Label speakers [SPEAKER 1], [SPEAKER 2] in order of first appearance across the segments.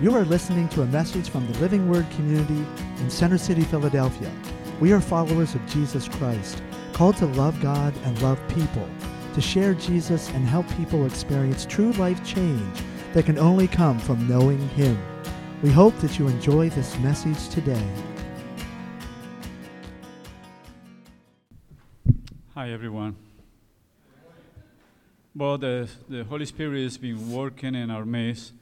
[SPEAKER 1] You are listening to a message from the Living Word community in Center City, Philadelphia. We are followers of Jesus Christ, called to love God and love people, to share Jesus and help people experience true life change that can only come from knowing Him. We hope that you enjoy this message today.
[SPEAKER 2] Hi, everyone. Well, the, the Holy Spirit has been working in our midst,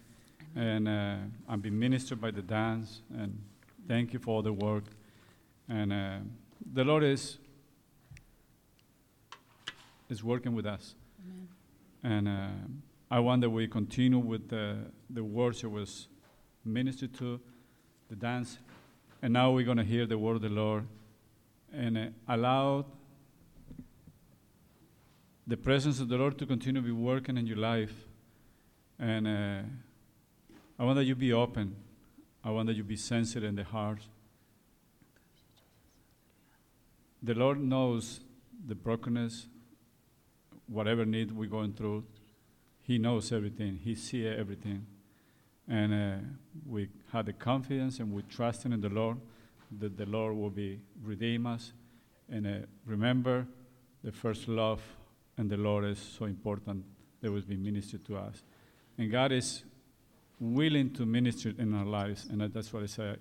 [SPEAKER 2] and uh, I've been ministered by the dance, and thank you for all the work. And uh, the Lord is, is working with us. And uh, I want that we continue with the, the words that was ministered to, the dance. And now we're going to hear the word of the Lord and uh, allow the presence of the Lord to continue to be working in your life. And uh, I want that you be open. I want that you be sensitive in the heart. The Lord knows the brokenness, whatever need we're going through. He knows everything. He sees everything. And uh, we have the confidence and we trust in the Lord that the Lord will be redeem us. And uh, remember, the first love and the Lord is so important that will be ministered to us. And God is willing to minister in our lives. And that's what I say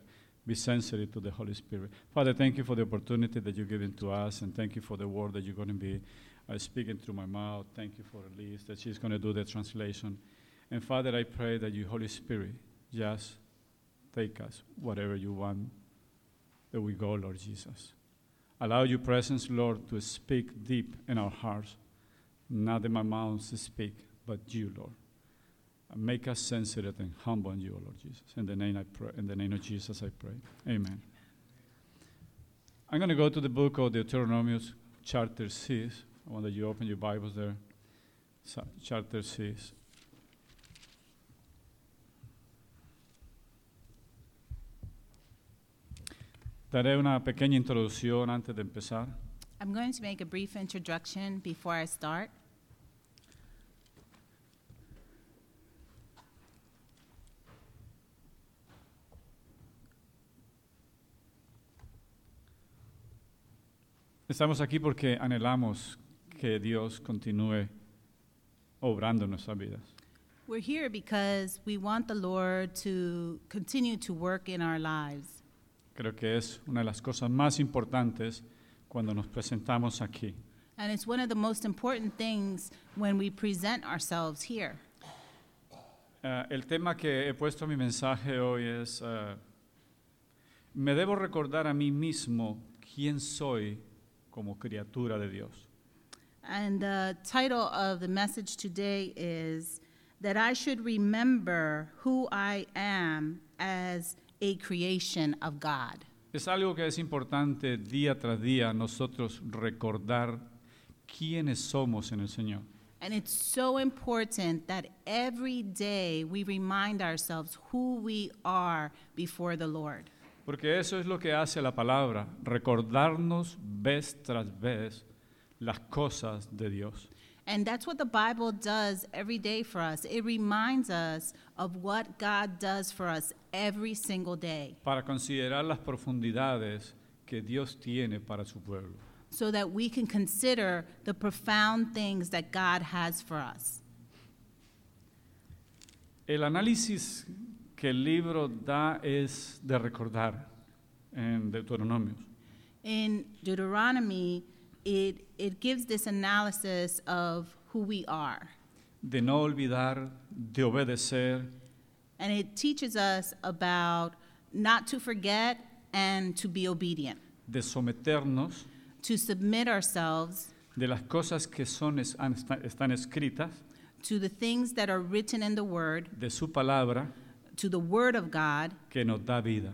[SPEAKER 2] be sensitive to the Holy Spirit. Father, thank you for the opportunity that you've given to us. And thank you for the word that you're going to be uh, speaking through my mouth. Thank you for Elise that she's going to do the translation. And Father, I pray that your Holy Spirit just take us whatever you want that we go, Lord Jesus. Allow your presence, Lord, to speak deep in our hearts, not in my mouth to speak, but you, Lord. Make us sensitive and humble in you, Lord Jesus. In the name I pray, in the name of Jesus, I pray. Amen. I'm going to go to the book of Deuteronomy, chapter six. I want that you open your Bibles there. So, chapter six. Daré una pequeña introducción antes de empezar.
[SPEAKER 3] I'm going to make a brief introduction before I start.
[SPEAKER 2] Estamos aquí porque anhelamos que Dios continúe obrando en nuestras vidas.
[SPEAKER 3] We're here because we want the Lord to continue to work in our lives.
[SPEAKER 2] Creo que es una de las cosas más importantes cuando nos presentamos aquí.
[SPEAKER 3] And it's one of the most important things when we present ourselves here.
[SPEAKER 2] Ah, el tema que he puesto en mi mensaje hoy es, ah, me debo recordar a mí mismo quién soy como criatura de Dios.
[SPEAKER 3] And the title of the message today is That I Should Remember Who I Am as a Creation of God.
[SPEAKER 2] Es algo que es importante día tras día nosotros recordar quiénes somos en el Señor.
[SPEAKER 3] And it's so important that every day we remind ourselves who we are before the Lord.
[SPEAKER 2] Porque eso es lo que hace la palabra, recordarnos vez tras vez las cosas de Dios.
[SPEAKER 3] And that's what the Bible does every day for us. It reminds us of what God does for us every single day
[SPEAKER 2] para considerar las profundidades que Dios tiene para su pueblo.
[SPEAKER 3] so that we can consider the profound things that God has for us.
[SPEAKER 2] El análisis que el libro da es de recordar en Deuteronomio.
[SPEAKER 3] In Deuteronomy, it, it gives this analysis of who we are,
[SPEAKER 2] De no olvidar, de obedecer,
[SPEAKER 3] and it teaches us about not to forget and to be obedient,
[SPEAKER 2] de someternos,
[SPEAKER 3] to submit ourselves
[SPEAKER 2] de las cosas que son, es- han- está- están escritas,
[SPEAKER 3] to the things that are written in the Word,
[SPEAKER 2] de su palabra
[SPEAKER 3] to the Word of God
[SPEAKER 2] que nos da vida,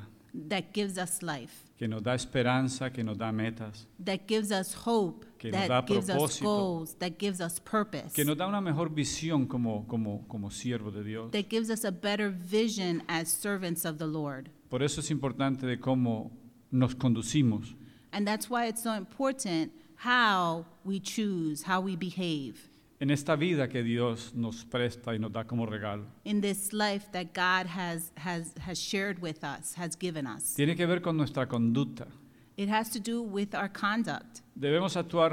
[SPEAKER 3] that gives us life,
[SPEAKER 2] que nos da esperanza, que nos da metas,
[SPEAKER 3] that gives us hope,
[SPEAKER 2] Que nos da
[SPEAKER 3] that gives us
[SPEAKER 2] propósito.
[SPEAKER 3] goals, that gives us purpose,
[SPEAKER 2] que nos da una mejor visión como, como, como siervo de Dios.
[SPEAKER 3] that gives us a better vision as servants of the Lord.
[SPEAKER 2] Por eso es importante de cómo nos conducimos.
[SPEAKER 3] And that's why it's so important how we choose, how we behave.
[SPEAKER 2] en esta vida que Dios nos presta y nos da como regalo.
[SPEAKER 3] in this life that God has, has, has shared with us, has given us.
[SPEAKER 2] Tiene que ver con nuestra conducta.
[SPEAKER 3] It has to do with our conduct
[SPEAKER 2] Debemos actuar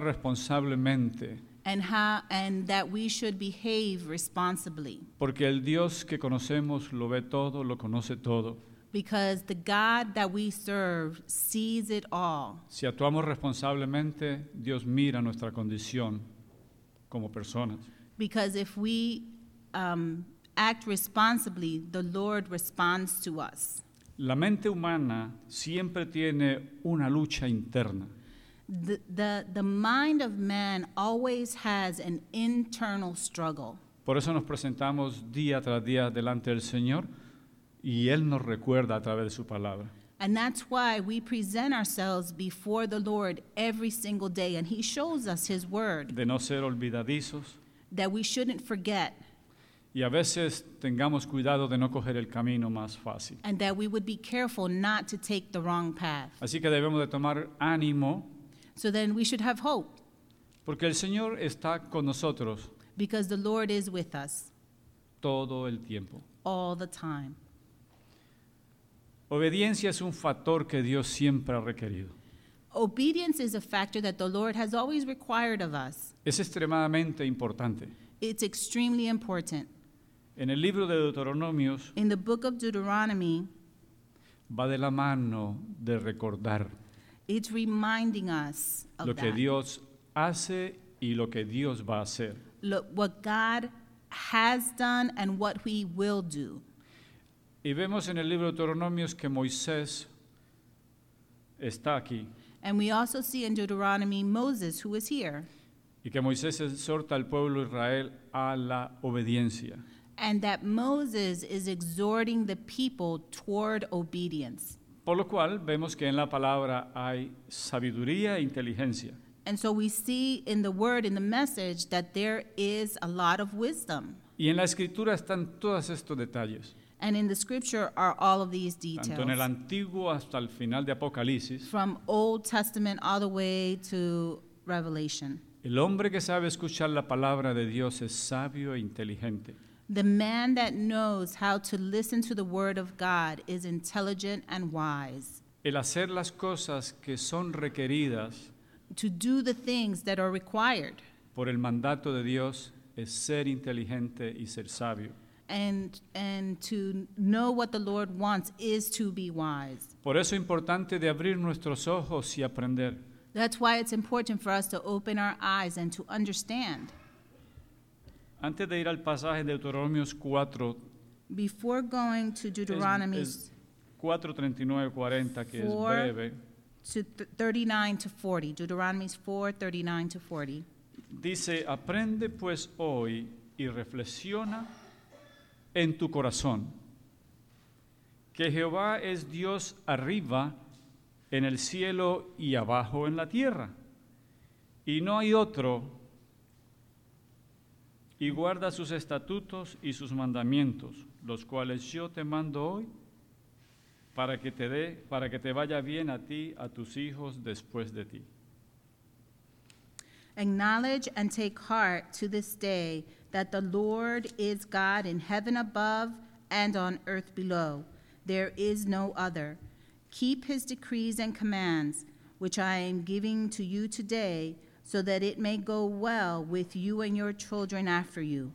[SPEAKER 2] responsablemente
[SPEAKER 3] and, how, and that we should behave responsibly
[SPEAKER 2] porque el Dios que conocemos lo ve todo, lo conoce todo.
[SPEAKER 3] because the God that we serve sees it all.
[SPEAKER 2] Si actuamos responsablemente, Dios mira nuestra condición como personas.
[SPEAKER 3] Because if we um, act responsibly, the Lord responds to us.
[SPEAKER 2] La mente humana siempre tiene una lucha interna.
[SPEAKER 3] The, the, the mind of man always has an internal struggle.
[SPEAKER 2] Por eso nos presentamos día tras día delante del Señor y Él nos recuerda a través de su palabra.
[SPEAKER 3] And that's why we present ourselves before the Lord every single day. And He shows us His word
[SPEAKER 2] De no ser olvidadizos
[SPEAKER 3] that we shouldn't forget
[SPEAKER 2] y a veces tengamos cuidado de no coger el camino más fácil.
[SPEAKER 3] and that we would be careful not to take the wrong path.
[SPEAKER 2] Así que debemos de tomar ánimo
[SPEAKER 3] So then we should have hope
[SPEAKER 2] porque el Señor está con nosotros
[SPEAKER 3] because the Lord is with us
[SPEAKER 2] todo el tiempo.
[SPEAKER 3] all the time.
[SPEAKER 2] Obediencia es un factor que Dios siempre ha requerido.
[SPEAKER 3] Obedience is a factor that the Lord has always required of us.
[SPEAKER 2] Es extremadamente importante.
[SPEAKER 3] It's extremely important.
[SPEAKER 2] En el libro de Deuteronomios
[SPEAKER 3] In the book of Deuteronomy,
[SPEAKER 2] va de la mano de recordar
[SPEAKER 3] it's reminding us of
[SPEAKER 2] lo que
[SPEAKER 3] that.
[SPEAKER 2] Dios hace y lo que Dios va a hacer.
[SPEAKER 3] Look, what God has done and what He will do.
[SPEAKER 2] Y vemos en el libro de Deuteronomios que Moisés está aquí
[SPEAKER 3] And we also see in Deuteronomy Moses, who is here,
[SPEAKER 2] y que Moisés exhorta al pueblo de Israel a la obediencia.
[SPEAKER 3] and that Moses is exhorting the people toward obedience.
[SPEAKER 2] Por lo cual vemos que en la palabra hay sabiduría e inteligencia.
[SPEAKER 3] And so we see in the word, in the message, that there is a lot of wisdom.
[SPEAKER 2] Y en la escritura están todos estos detalles,
[SPEAKER 3] And in the scripture are all of these
[SPEAKER 2] tanto en el
[SPEAKER 3] details
[SPEAKER 2] Antiguo hasta el final de Apocalipsis.
[SPEAKER 3] from Old Testament all the way to Revelation.
[SPEAKER 2] El hombre que sabe escuchar la palabra de Dios es sabio e inteligente.
[SPEAKER 3] The man that knows how to listen to the word of God is intelligent and wise.
[SPEAKER 2] El hacer las cosas que son requeridas
[SPEAKER 3] To do the things that are required.
[SPEAKER 2] por el mandato de Dios es ser inteligente y ser sabio.
[SPEAKER 3] and and to know what the Lord wants is to be wise.
[SPEAKER 2] Por eso es importante de abrir nuestros ojos y aprender.
[SPEAKER 3] That's why it's important for us to open our eyes and to understand.
[SPEAKER 2] Antes de ir al pasaje de Deuteronomios 4,
[SPEAKER 3] Before going to Deuteronomy
[SPEAKER 2] es 4, 39, 40, que es
[SPEAKER 3] Four.
[SPEAKER 2] breve,
[SPEAKER 3] to th- 39 to 40, Deuteronomy's 4, 39 to 40.
[SPEAKER 2] dice, aprende pues hoy y reflexiona en tu corazón que Jehová es Dios arriba en el cielo y abajo en la tierra. Y no hay otro. Y guarda sus estatutos y sus mandamientos, los cuales yo te mando hoy para que te dé, para que te vaya bien a ti, a tus hijos después de ti.
[SPEAKER 3] Acknowledge and take heart to this day that the Lord is God in heaven above and on earth below. There is no other. Keep his decrees and commands, which I am giving to you today, so that it may go well with you and your children after you,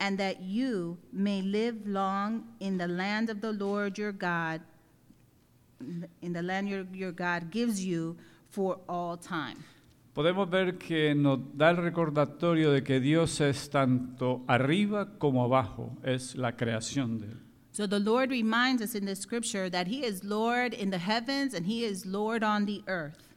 [SPEAKER 3] and that you may live long in the land of the Lord your God, in the land your, your God gives you for all time.
[SPEAKER 2] Podemos ver que nos da el recordatorio de que Dios es tanto arriba como abajo, es la creación de Él.
[SPEAKER 3] So the Lord reminds us in the scripture that He is Lord in the heavens and He is Lord on the earth,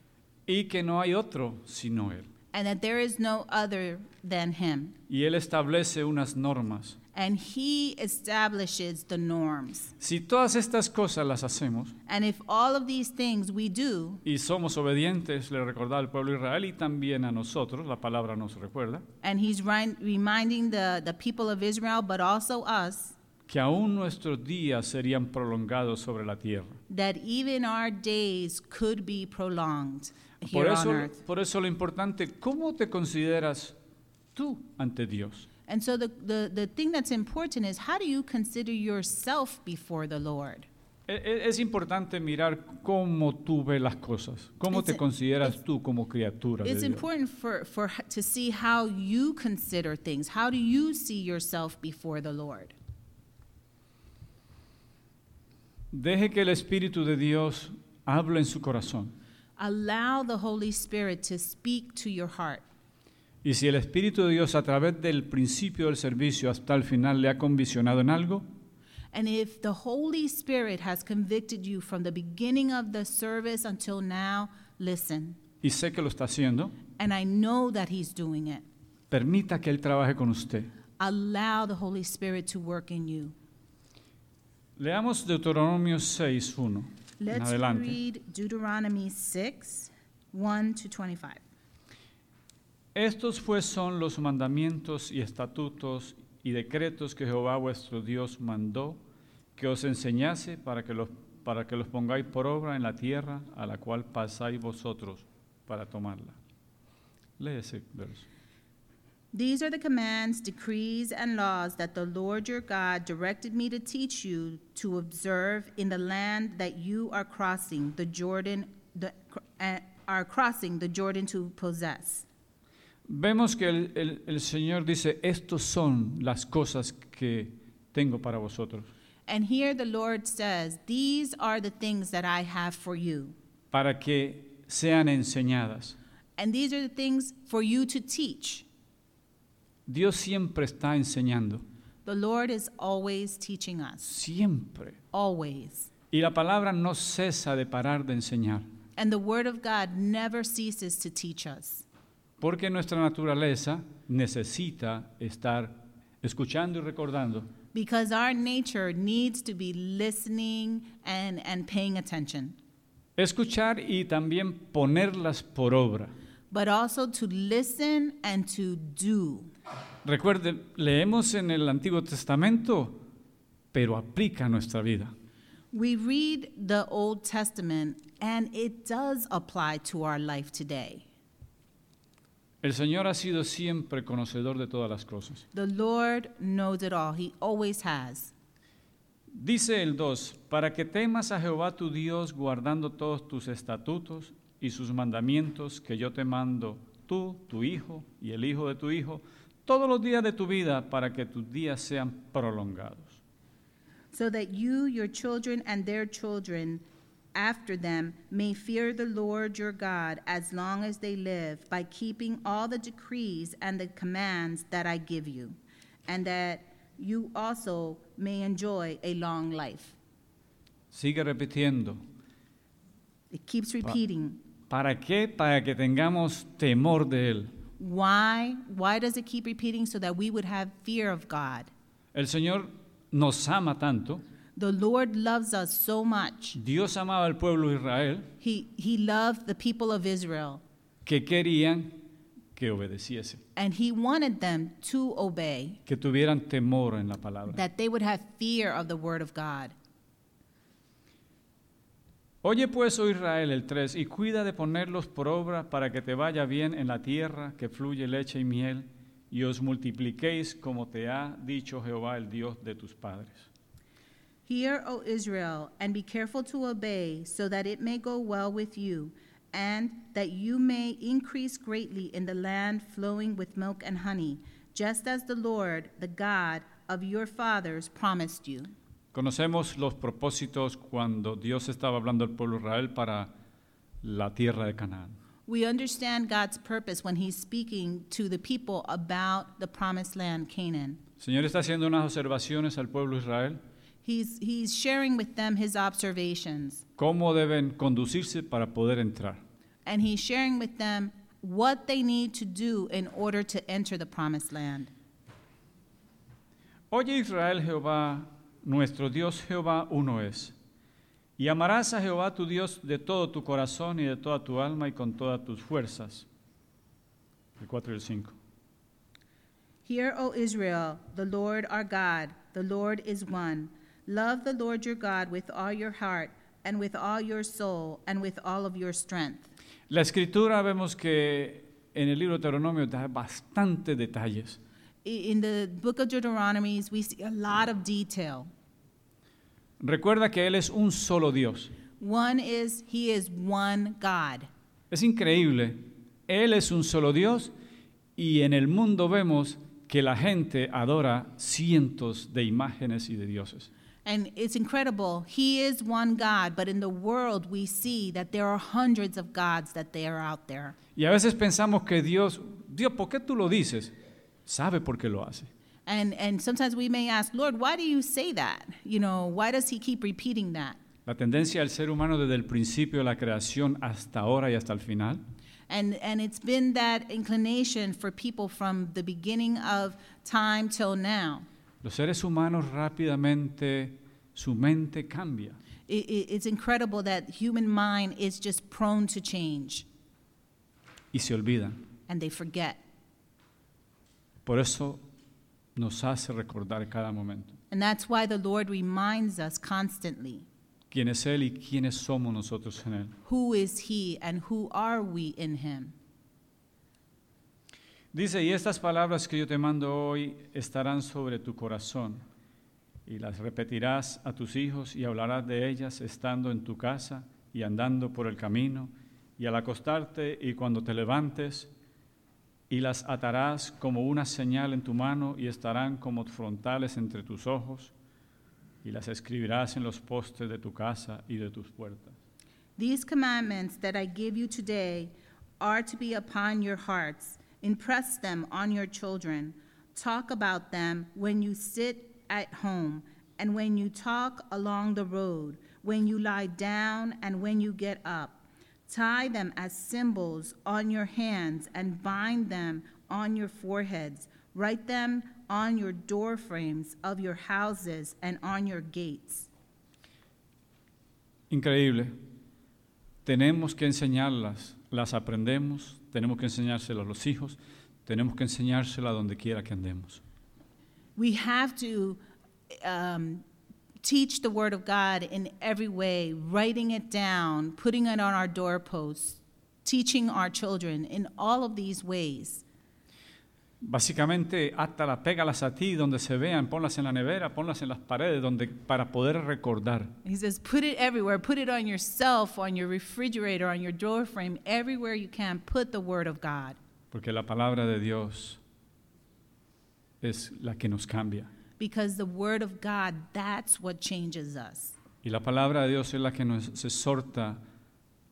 [SPEAKER 2] Y que no hay otro sino Él.
[SPEAKER 3] and that there is no other than Him.
[SPEAKER 2] Y Él establece unas normas.
[SPEAKER 3] And He establishes the norms.
[SPEAKER 2] Si todas estas cosas las hacemos
[SPEAKER 3] And if all of these things we do,
[SPEAKER 2] y somos obedientes, le recordaba al pueblo de Israel y también a nosotros, la palabra nos recuerda,
[SPEAKER 3] and He's ri- reminding the, the people of Israel, but also us,
[SPEAKER 2] que aún nuestros días serían prolongados sobre la tierra.
[SPEAKER 3] that even our days could be prolonged
[SPEAKER 2] Por
[SPEAKER 3] here on
[SPEAKER 2] eso,
[SPEAKER 3] earth.
[SPEAKER 2] por eso lo importante, ¿cómo te consideras tú ante Dios.
[SPEAKER 3] And so the, the, the thing that's important is how do you consider yourself before the Lord?
[SPEAKER 2] E- e- Es importante mirar cómo tú ves las cosas, cómo te
[SPEAKER 3] It's-
[SPEAKER 2] consideras tú como criatura. de
[SPEAKER 3] It's
[SPEAKER 2] Dios.
[SPEAKER 3] important for, for h- to see how you consider things. How do you see yourself before the Lord?
[SPEAKER 2] Deje que el Espíritu de Dios hable en su corazón.
[SPEAKER 3] Allow the Holy Spirit to speak to your heart.
[SPEAKER 2] Y si el Espíritu de Dios a través del principio del servicio hasta el final le ha conviccionado en algo,
[SPEAKER 3] And if the Holy Spirit has convicted you from the beginning of the service until now, listen.
[SPEAKER 2] y sé que lo está haciendo,
[SPEAKER 3] And I know that He's doing it.
[SPEAKER 2] permita que Él trabaje con usted.
[SPEAKER 3] Allow the Holy Spirit to work in you.
[SPEAKER 2] Leamos Deuteronomio 6.1 en
[SPEAKER 3] Let's
[SPEAKER 2] adelante.
[SPEAKER 3] read Deuteronomy 6 1 to 25.
[SPEAKER 2] Estos pues son los mandamientos y estatutos y decretos que Jehová vuestro Dios mandó que os enseñase para que los, para que los pongáis por obra en la tierra a la cual pasáis vosotros para tomarla. Lee ese verso.
[SPEAKER 3] These are the commands, decrees, and laws that the Lord your God directed me to teach you to observe in the land that you are crossing the Jordan, the, uh, are crossing the Jordan to possess.
[SPEAKER 2] Vemos que el, el- el Señor dice, estos son las cosas que tengo para vosotros,
[SPEAKER 3] And here the Lord says, These are the things that I have for you.
[SPEAKER 2] para que sean enseñadas.
[SPEAKER 3] And these are the things for you to teach.
[SPEAKER 2] Dios siempre está enseñando,
[SPEAKER 3] The Lord is always teaching us,
[SPEAKER 2] siempre.
[SPEAKER 3] always.
[SPEAKER 2] Y la palabra no cesa de parar de enseñar,
[SPEAKER 3] And the Word of God never ceases to teach us
[SPEAKER 2] porque nuestra naturaleza necesita estar escuchando y recordando.
[SPEAKER 3] because our nature needs to be listening and, and paying attention,
[SPEAKER 2] Escuchar y también ponerlas por obra.
[SPEAKER 3] but also to listen and to do.
[SPEAKER 2] Recuerden, leemos en el Antiguo Testamento, pero aplica a nuestra vida.
[SPEAKER 3] We read the Old Testament and it does apply to our life today.
[SPEAKER 2] El Señor ha sido siempre conocedor de todas las cosas.
[SPEAKER 3] The Lord knows it all, He always has.
[SPEAKER 2] Dice el 2, para que temas a Jehová tu Dios guardando todos tus estatutos y sus mandamientos que yo te mando, tú, tu hijo y el hijo de tu hijo, todos los días de tu vida para que tus días sean prolongados.
[SPEAKER 3] so that you, your children, and their children after them may fear the Lord your God as long as they live by keeping all the decrees and the commands that I give you, and that you also may enjoy a long life.
[SPEAKER 2] Sigue repitiendo,
[SPEAKER 3] It keeps repeating.
[SPEAKER 2] ¿para qué? Para que tengamos temor de Él.
[SPEAKER 3] Why? Why does it keep repeating? So that we would have fear of God.
[SPEAKER 2] El Señor nos ama tanto,
[SPEAKER 3] The Lord loves us so much.
[SPEAKER 2] Dios amaba al pueblo de Israel,
[SPEAKER 3] He, he loved the people of Israel,
[SPEAKER 2] que querían que obedeciese,
[SPEAKER 3] and He wanted them to obey.
[SPEAKER 2] que tuvieran temor en la palabra.
[SPEAKER 3] that they would have fear of the word of God.
[SPEAKER 2] Oye pues, oh Israel, el 3, y cuida de ponerlos por obra para que te vaya bien en la tierra que fluye leche y miel, y os multipliquéis como te ha dicho Jehová, el Dios de tus padres.
[SPEAKER 3] Hear, O Israel, and be careful to obey, so that it may go well with you, and that you may increase greatly in the land flowing with milk and honey, just as the Lord, the God of your fathers, promised you.
[SPEAKER 2] Conocemos los propósitos cuando Dios estaba hablando al pueblo de Israel para la tierra de Canaán.
[SPEAKER 3] We understand God's purpose when He's speaking to the people about the promised land, Canaan.
[SPEAKER 2] El Señor está haciendo unas observaciones al pueblo de Israel,
[SPEAKER 3] He's, he's sharing with them His observations,
[SPEAKER 2] cómo deben conducirse para poder entrar.
[SPEAKER 3] and he's sharing with them what they need to do in order to enter the promised land.
[SPEAKER 2] Oye Israel, Jehová, nuestro Dios Jehová uno es. Y amarás a Jehová tu Dios de todo tu corazón y de toda tu alma y con todas tus fuerzas. El 4 y el 5.
[SPEAKER 3] Hear, O Israel, the Lord our God, the Lord is one. Love the Lord your God with all your heart, and with all your soul, and with all of your strength.
[SPEAKER 2] La escritura vemos que en el libro de Deuteronomio da bastantes detalles.
[SPEAKER 3] I- In the book of Deuteronomies, we see a lot of detail.
[SPEAKER 2] Recuerda que Él es un solo Dios.
[SPEAKER 3] One is, He is one God.
[SPEAKER 2] Es increíble. Él es un solo Dios y en el mundo vemos que la gente adora cientos de imágenes y de dioses.
[SPEAKER 3] And it's incredible. He is one God, but in the world, we see that there are hundreds of gods that they are out there.
[SPEAKER 2] Y a veces pensamos que Dios, Dios, ¿por qué tú lo dices? Sabe por qué lo hace.
[SPEAKER 3] And, and sometimes we may ask, Lord, why do you say that? You know, why does He keep repeating that?
[SPEAKER 2] La tendencia del ser humano desde el principio de la creación hasta ahora y hasta el final
[SPEAKER 3] And, and it's been that inclination for people from the beginning of time till now.
[SPEAKER 2] Los seres humanos rápidamente su mente cambia.
[SPEAKER 3] I- i- it's incredible that human mind is just prone to change
[SPEAKER 2] y se olvidan.
[SPEAKER 3] and they forget.
[SPEAKER 2] Por eso nos hace recordar cada momento
[SPEAKER 3] And that's why the Lord reminds us constantly
[SPEAKER 2] quién es Él y quiénes somos nosotros en Él.
[SPEAKER 3] who is He and who are we in Him.
[SPEAKER 2] Dice, y estas palabras que yo te mando hoy estarán sobre tu corazón y las repetirás a tus hijos y hablarás de ellas estando en tu casa y andando por el camino y al acostarte y cuando te levantes y las atarás como una señal en tu mano y estarán como frontales entre tus ojos y las escribirás en los postes de tu casa y de tus puertas.
[SPEAKER 3] These commandments that I give you today are to be upon your hearts. Impress them on your children. Talk about them when you sit at home and when you talk along the road, when you lie down and when you get up. Tie them as symbols on your hands and bind them on your foreheads. Write them on your door frames of your houses and on your gates.
[SPEAKER 2] Increíble. Tenemos que enseñarlas, las aprendemos, tenemos que enseñárselas a los hijos, tenemos que enseñárselas donde quiera que andemos.
[SPEAKER 3] We have to um, teach the Word of God in every way, writing it down, putting it on our doorposts, teaching our children in all of these ways.
[SPEAKER 2] Básicamente, átalas, pégalas a ti donde se vean, ponlas en la nevera, ponlas en las paredes, donde, para poder recordar.
[SPEAKER 3] He says, put it everywhere. Put it on yourself, on your refrigerator, on your doorframe, everywhere you can. Put the Word of God
[SPEAKER 2] Porque la palabra de Dios es la que nos cambia.
[SPEAKER 3] because the Word of God, that's what changes us.
[SPEAKER 2] Y la palabra de Dios es la que nos exhorta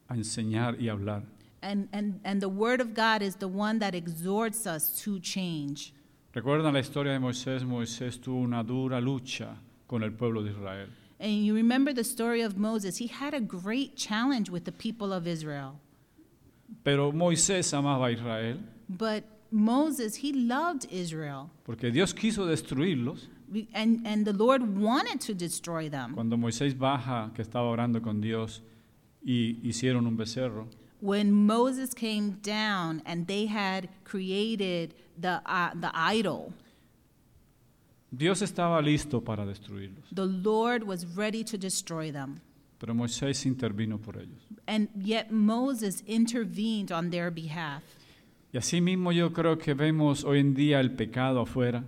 [SPEAKER 2] a enseñar y hablar.
[SPEAKER 3] And, and, and the Word of God is the one that exhorts us to change.
[SPEAKER 2] Recuerdan la historia de Moisés. Moisés tuvo una dura lucha con el pueblo de Israel.
[SPEAKER 3] And you remember the story of Moses. He had a great challenge with the people of Israel.
[SPEAKER 2] Pero Moisés amaba a Israel
[SPEAKER 3] But Moses, he loved Israel.
[SPEAKER 2] porque Dios quiso destruirlos.
[SPEAKER 3] We- And, and the Lord wanted to destroy them.
[SPEAKER 2] Cuando Moisés baja, que estaba orando con Dios, y hicieron un becerro,
[SPEAKER 3] When Moses came down and they had created the, uh, the idol,
[SPEAKER 2] Dios estaba listo para destruirlos.
[SPEAKER 3] the Lord was ready to destroy them.
[SPEAKER 2] Pero Moisés intervino por ellos.
[SPEAKER 3] And yet Moses intervened on their behalf.
[SPEAKER 2] Y así mismo yo creo que vemos hoy en día el pecado afuera.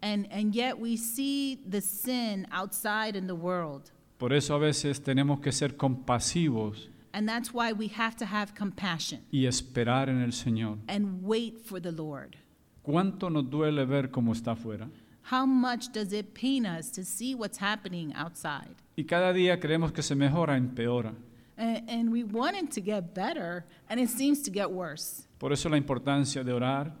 [SPEAKER 3] And, and yet we see the sin outside in the world.
[SPEAKER 2] Por eso a veces tenemos que ser compasivos
[SPEAKER 3] And that's why we have to have compassion.
[SPEAKER 2] y esperar en el Señor.
[SPEAKER 3] and wait for the Lord.
[SPEAKER 2] ¿Cuánto nos duele ver cómo está afuera?
[SPEAKER 3] How much does it pain us to see what's happening outside?
[SPEAKER 2] Y cada día creemos que se mejora, empeora.
[SPEAKER 3] And, and we want it to get better, and it seems to get worse.
[SPEAKER 2] Por eso la importancia de orar,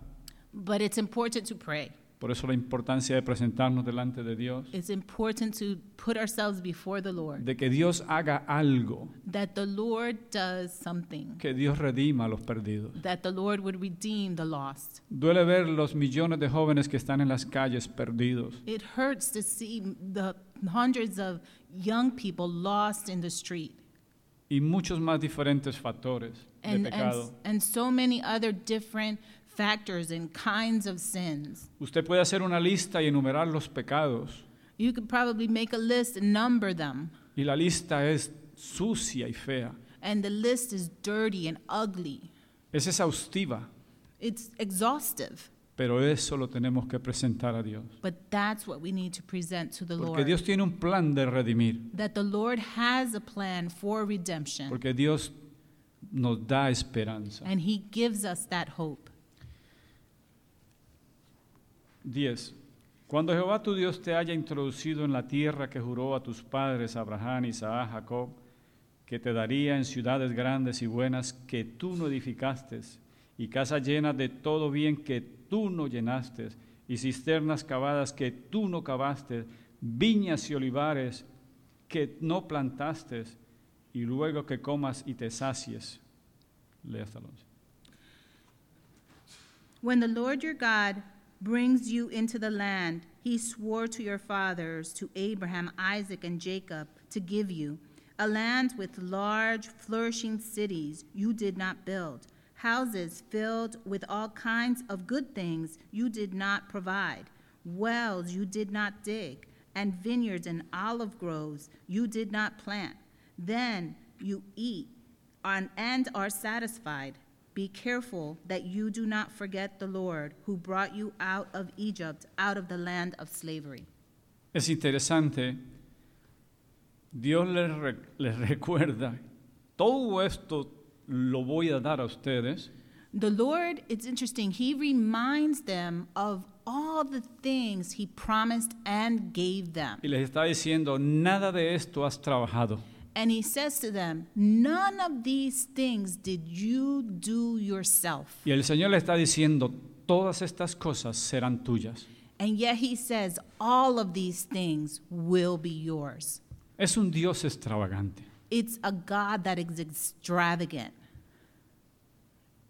[SPEAKER 3] But it's important to pray.
[SPEAKER 2] Por eso la importancia de presentarnos delante de Dios,
[SPEAKER 3] It's important to put ourselves before the Lord,
[SPEAKER 2] de que Dios haga algo,
[SPEAKER 3] that the Lord does something,
[SPEAKER 2] que Dios redima a los perdidos.
[SPEAKER 3] that the Lord would redeem the lost.
[SPEAKER 2] Duele ver los millones de jóvenes que están en las calles perdidos,
[SPEAKER 3] It hurts to see the hundreds of young people lost in the street
[SPEAKER 2] y muchos más diferentes factores de
[SPEAKER 3] and, and,
[SPEAKER 2] pecado.
[SPEAKER 3] and so many other different factors and kinds of sins.
[SPEAKER 2] Usted puede hacer una lista y enumerar los pecados,
[SPEAKER 3] You could probably make a list and number them,
[SPEAKER 2] y la lista es sucia y fea,
[SPEAKER 3] and the list is dirty and ugly.
[SPEAKER 2] es exhaustiva,
[SPEAKER 3] It's exhaustive,
[SPEAKER 2] Pero eso lo tenemos que presentar a Dios.
[SPEAKER 3] but that's what we need to present to the
[SPEAKER 2] Porque
[SPEAKER 3] Lord.
[SPEAKER 2] Dios tiene un plan de redimir.
[SPEAKER 3] that the Lord has a plan for redemption,
[SPEAKER 2] Porque Dios nos da esperanza.
[SPEAKER 3] and He gives us that hope.
[SPEAKER 2] 10. Cuando Jehová tu Dios te haya introducido en la tierra que juró a tus padres Abraham, Isaac, Jacob, que te daría en ciudades grandes y buenas que tú no edificaste, y casas llenas de todo bien que tú no llenaste, y cisternas cavadas que tú no cavaste, viñas y olivares que no plantaste, y luego que comas y te sacies. Lee hasta el once.
[SPEAKER 3] When the Lord your God brings you into the land he swore to your fathers, to Abraham, Isaac, and Jacob, to give you, a land with large, flourishing cities you did not build, houses filled with all kinds of good things you did not provide, wells you did not dig, and vineyards and olive groves you did not plant. Then you eat on- and are satisfied. Be careful that you do not forget the Lord who brought you out of Egypt, out of the land of slavery.
[SPEAKER 2] Es interesante, Dios les, re- les recuerda, todo esto lo voy a dar a ustedes,
[SPEAKER 3] The Lord, it's interesting, He reminds them of all the things He promised and gave them.
[SPEAKER 2] y les está diciendo, nada de esto has trabajado,
[SPEAKER 3] And He says to them, None of these things did you do yourself.
[SPEAKER 2] y el Señor le está diciendo, todas estas cosas serán tuyas.
[SPEAKER 3] And yet He says, All of these things will be yours.
[SPEAKER 2] Es un Dios extravagante.
[SPEAKER 3] It's a God that is extravagant.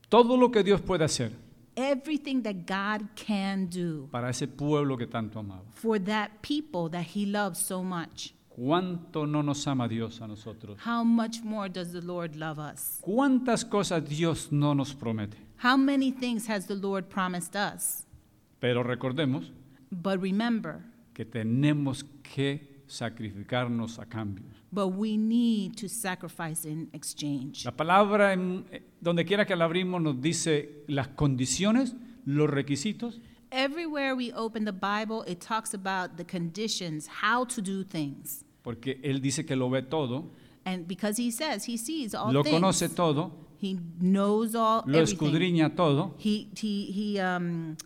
[SPEAKER 2] Todo lo que Dios puede hacer
[SPEAKER 3] Everything that God can do
[SPEAKER 2] para ese pueblo que tanto amaba.
[SPEAKER 3] for that people that He loves so much.
[SPEAKER 2] ¿Cuánto no nos ama Dios a nosotros?
[SPEAKER 3] How much more does the Lord love us?
[SPEAKER 2] ¿Cuántas cosas Dios no nos promete?
[SPEAKER 3] How many things has the Lord promised us?
[SPEAKER 2] Pero recordemos
[SPEAKER 3] But remember,
[SPEAKER 2] que tenemos que sacrificarnos a cambio.
[SPEAKER 3] but we need to sacrifice in exchange.
[SPEAKER 2] La palabra, en- eh, donde quiera que la abrimos, nos dice las condiciones, los requisitos,
[SPEAKER 3] Everywhere we open the Bible, it talks about the conditions, how to do things.
[SPEAKER 2] porque Él dice que lo ve todo,
[SPEAKER 3] And because he says he sees all
[SPEAKER 2] lo
[SPEAKER 3] things,
[SPEAKER 2] conoce todo,
[SPEAKER 3] he knows all
[SPEAKER 2] lo
[SPEAKER 3] everything.
[SPEAKER 2] escudriña todo.
[SPEAKER 3] He he he um,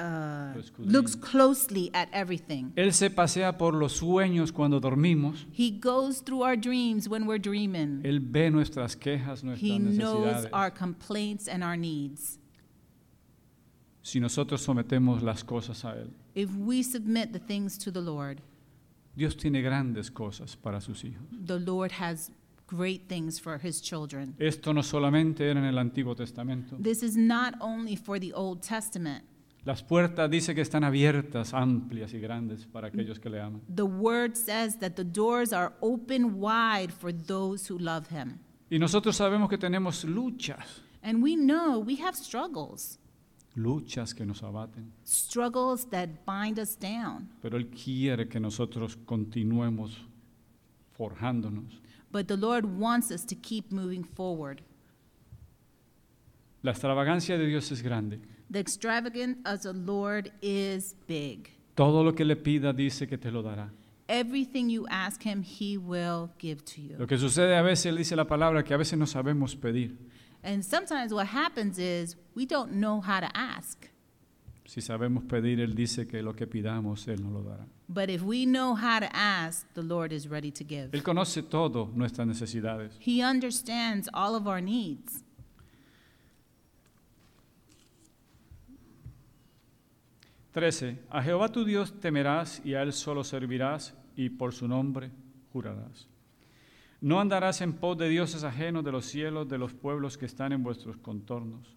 [SPEAKER 3] uh,
[SPEAKER 2] Lo escudriña.
[SPEAKER 3] looks closely at everything.
[SPEAKER 2] Él se pasea por los sueños cuando dormimos.
[SPEAKER 3] He goes through our dreams when we're dreaming.
[SPEAKER 2] Él ve nuestras quejas, nuestras
[SPEAKER 3] He knows
[SPEAKER 2] necesidades.
[SPEAKER 3] our complaints and our needs.
[SPEAKER 2] Si nosotros sometemos las cosas a Él,
[SPEAKER 3] If we submit the things to the Lord,
[SPEAKER 2] Dios tiene grandes cosas para sus hijos.
[SPEAKER 3] the Lord has great things for his children.
[SPEAKER 2] Esto no solamente era en el Antiguo Testamento.
[SPEAKER 3] This is not only for the Old Testament.
[SPEAKER 2] Las puertas dice que están abiertas, amplias y grandes para aquellos que le aman.
[SPEAKER 3] The word says that the doors are open wide for those who love him.
[SPEAKER 2] Y nosotros sabemos que tenemos luchas,
[SPEAKER 3] And we know we have struggles,
[SPEAKER 2] luchas que nos abaten,
[SPEAKER 3] struggles that bind us down.
[SPEAKER 2] pero Él quiere que nosotros continuemos forjándonos.
[SPEAKER 3] But the Lord wants us to keep moving forward.
[SPEAKER 2] La extravagancia de Dios es grande.
[SPEAKER 3] The extravagant of the Lord is big.
[SPEAKER 2] Todo lo que le pida dice que te lo dará.
[SPEAKER 3] Everything you ask him, he will give to
[SPEAKER 2] Lo
[SPEAKER 3] you.
[SPEAKER 2] que sucede a veces, Él dice la palabra, que a veces no sabemos pedir.
[SPEAKER 3] And sometimes what happens is we don't know how to ask.
[SPEAKER 2] Si sabemos pedir, Él dice que lo que pidamos, Él nos lo dará.
[SPEAKER 3] But if we know how to ask, the Lord is ready to give.
[SPEAKER 2] Él conoce todo nuestras necesidades.
[SPEAKER 3] He understands all of our needs.
[SPEAKER 2] Trece. A Jehová tu Dios temerás y a Él solo servirás y por su nombre jurarás. No andarás en pos de dioses ajenos de los cielos, de los pueblos que están en vuestros contornos,